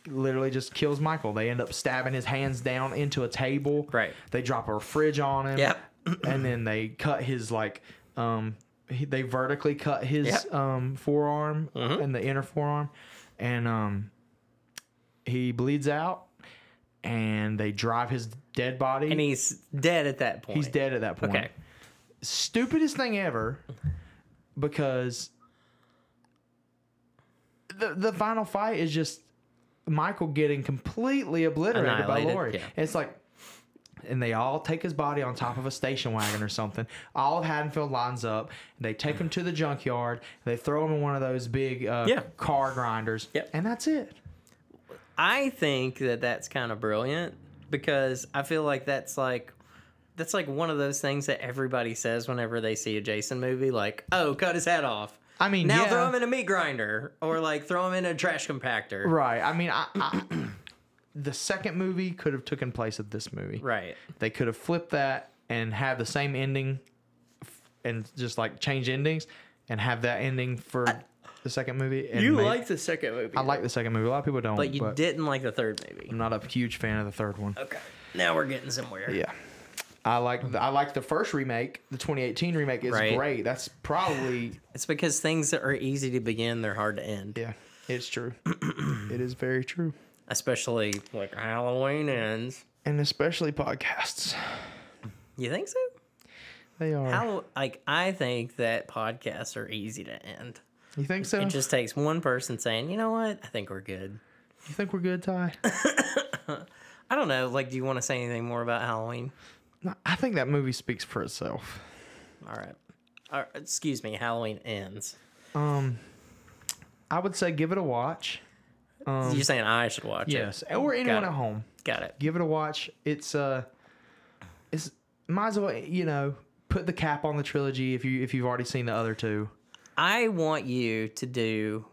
S1: literally just kills Michael. They end up stabbing his hands down into a table.
S2: Right.
S1: They drop a fridge on him.
S2: Yep.
S1: and then they cut his like um he, they vertically cut his
S2: Yep. Mm-hmm.
S1: um forearm and the inner forearm and um he bleeds out and they drive his dead body
S2: and he's dead at that point.
S1: he's dead at that point
S2: Okay.
S1: stupidest thing ever because the the final fight is just Michael getting completely obliterated by
S2: Annihilated,
S1: Lori.
S2: yeah.
S1: It's like and they all take his body on top of a station wagon or something. All of Haddonfield lines up. They take him to the junkyard. They throw him in one of those big uh,
S2: Yeah.
S1: car grinders.
S2: Yep.
S1: And that's it.
S2: I think that that's kind of brilliant because I feel like that's like that's like one of those things that everybody says whenever they see a Jason movie, like, "Oh, cut his head off."
S1: I mean,
S2: now
S1: yeah.
S2: throw him in a meat grinder or like throw him in a trash compactor.
S1: Right. I mean, I, I, the second movie could have taken place of this movie.
S2: Right.
S1: they could have flipped that and have the same ending f- and just like change endings and have that ending for the second movie. And
S2: You
S1: made-
S2: like the second movie,
S1: I like the second movie. A lot of people don't,
S2: but
S1: but,
S2: you didn't like the third movie.
S1: I'm not a huge fan of the third one.
S2: Okay, now we're getting somewhere.
S1: Yeah. I like the, I like the first remake. The 2018 remake is
S2: Right.
S1: great. That's probably
S2: It's because things that are easy to begin, they're hard to end.
S1: yeah, it's true. it is very true.
S2: Especially like Halloween ends.
S1: And especially podcasts.
S2: You think so?
S1: They are.
S2: How like I think that podcasts are easy to end.
S1: you think so?
S2: It just takes one person saying, you know what? I think we're good.
S1: you think we're good, Ty?
S2: I don't know. Like, do you want to say anything more about Halloween?
S1: No, I think that movie speaks for itself.
S2: All right. All right, excuse me. Halloween ends.
S1: Um, I would say give it a watch.
S2: You're saying I should watch
S1: Um, Yes,
S2: it?
S1: or anyone
S2: it.
S1: at home,
S2: Got it.
S1: give it a watch. It's uh, it's might as well you know put the cap on the trilogy if you if you've already seen the other two.
S2: I want you to do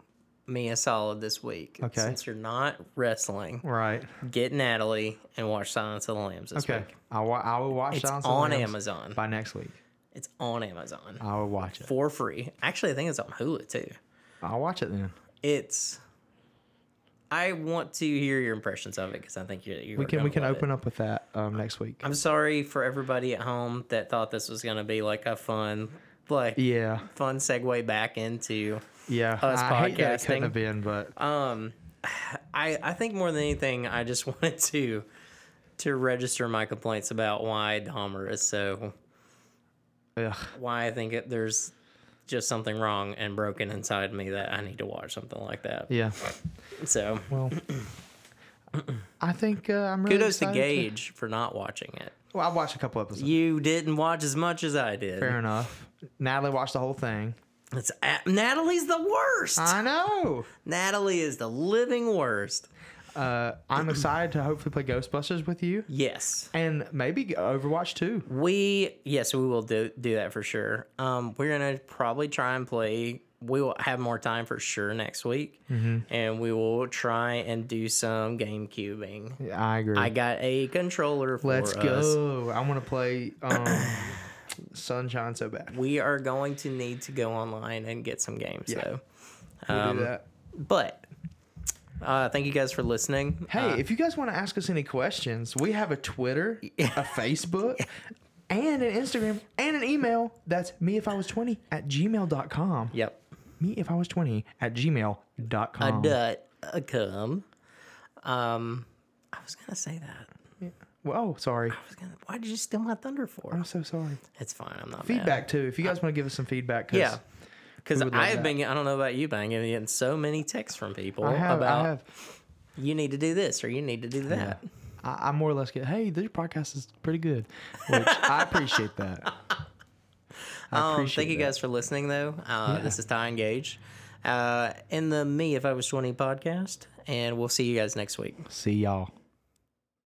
S2: me a solid this week.
S1: Okay.
S2: Since you're not wrestling,
S1: Right.
S2: get Natalie and watch Silence of the Lambs this
S1: Okay.
S2: week.
S1: I wa- I will watch.
S2: It's
S1: Silence of the
S2: on
S1: Lambs
S2: Amazon.
S1: by next week.
S2: It's on Amazon
S1: I will watch it.
S2: for free. Actually, I think it's on Hulu too.
S1: I'll watch it then.
S2: It's. I want to hear your impressions of it because I think you're. you're
S1: We can we can open up with that um, next week.
S2: I'm sorry for everybody at home that thought this was gonna be like a fun, like
S1: Yeah.
S2: fun segue back into.
S1: Yeah.
S2: Us
S1: I hate that it
S2: Oh, podcasting.
S1: couldn't have been, but
S2: Um, I I think more than anything, I just wanted to to register my complaints about why Dahmer is so
S1: ugh.
S2: why I think it, there's just something wrong and broken inside me that I need to watch something like that.
S1: yeah.
S2: So
S1: Well. I think uh, I'm really
S2: kudos to
S1: excited
S2: Gage for not watching it.
S1: Well, I watched a couple episodes.
S2: You didn't watch as much as I did.
S1: Fair enough. Natalie watched the whole thing.
S2: It's a- Natalie's the worst.
S1: I know.
S2: Natalie is the living worst.
S1: Uh, I'm excited to hopefully play Ghostbusters with you
S2: Yes.
S1: and maybe Overwatch too.
S2: We yes, we will do do that for sure. Um, we're gonna probably try and play. We will have more time for sure next week,
S1: Mm-hmm.
S2: and we will try and do some game cubing.
S1: I agree.
S2: I got a controller for
S1: Let's
S2: us.
S1: go. I want to play um, Sunshine so bad.
S2: We are going to need to go online and get some games though.
S1: We'll do
S2: Um,
S1: that.
S2: But uh, thank you guys for listening.
S1: Hey,
S2: Uh,
S1: if you guys want to ask us any questions, we have a Twitter, a Facebook, and an Instagram, and an email. That's me if I was 20 at gmail.com.
S2: yep.
S1: Me if I was 20 at
S2: A
S1: gmail.com.
S2: dut a cum. Um, I was gonna say that.
S1: Well, oh, sorry.
S2: I was gonna. Why did you steal my thunder for?
S1: I'm so sorry.
S2: It's fine. I'm not mad.
S1: Feedback, too. If you guys want to give us some feedback, 'cause
S2: Yeah. Because
S1: We would love
S2: I've
S1: that.
S2: been, I don't know about you, but I'm getting so many texts from people
S1: I have,
S2: about
S1: I have.
S2: you need to do this or you need to do that.
S1: I, I more or less get, hey, this podcast is pretty good, which I appreciate that. I
S2: Um,
S1: appreciate
S2: thank you
S1: that.
S2: guys for listening, though. Uh, This is Ty and Gage uh, in the Me If I Was 20 podcast, and we'll see you guys next week.
S1: See y'all.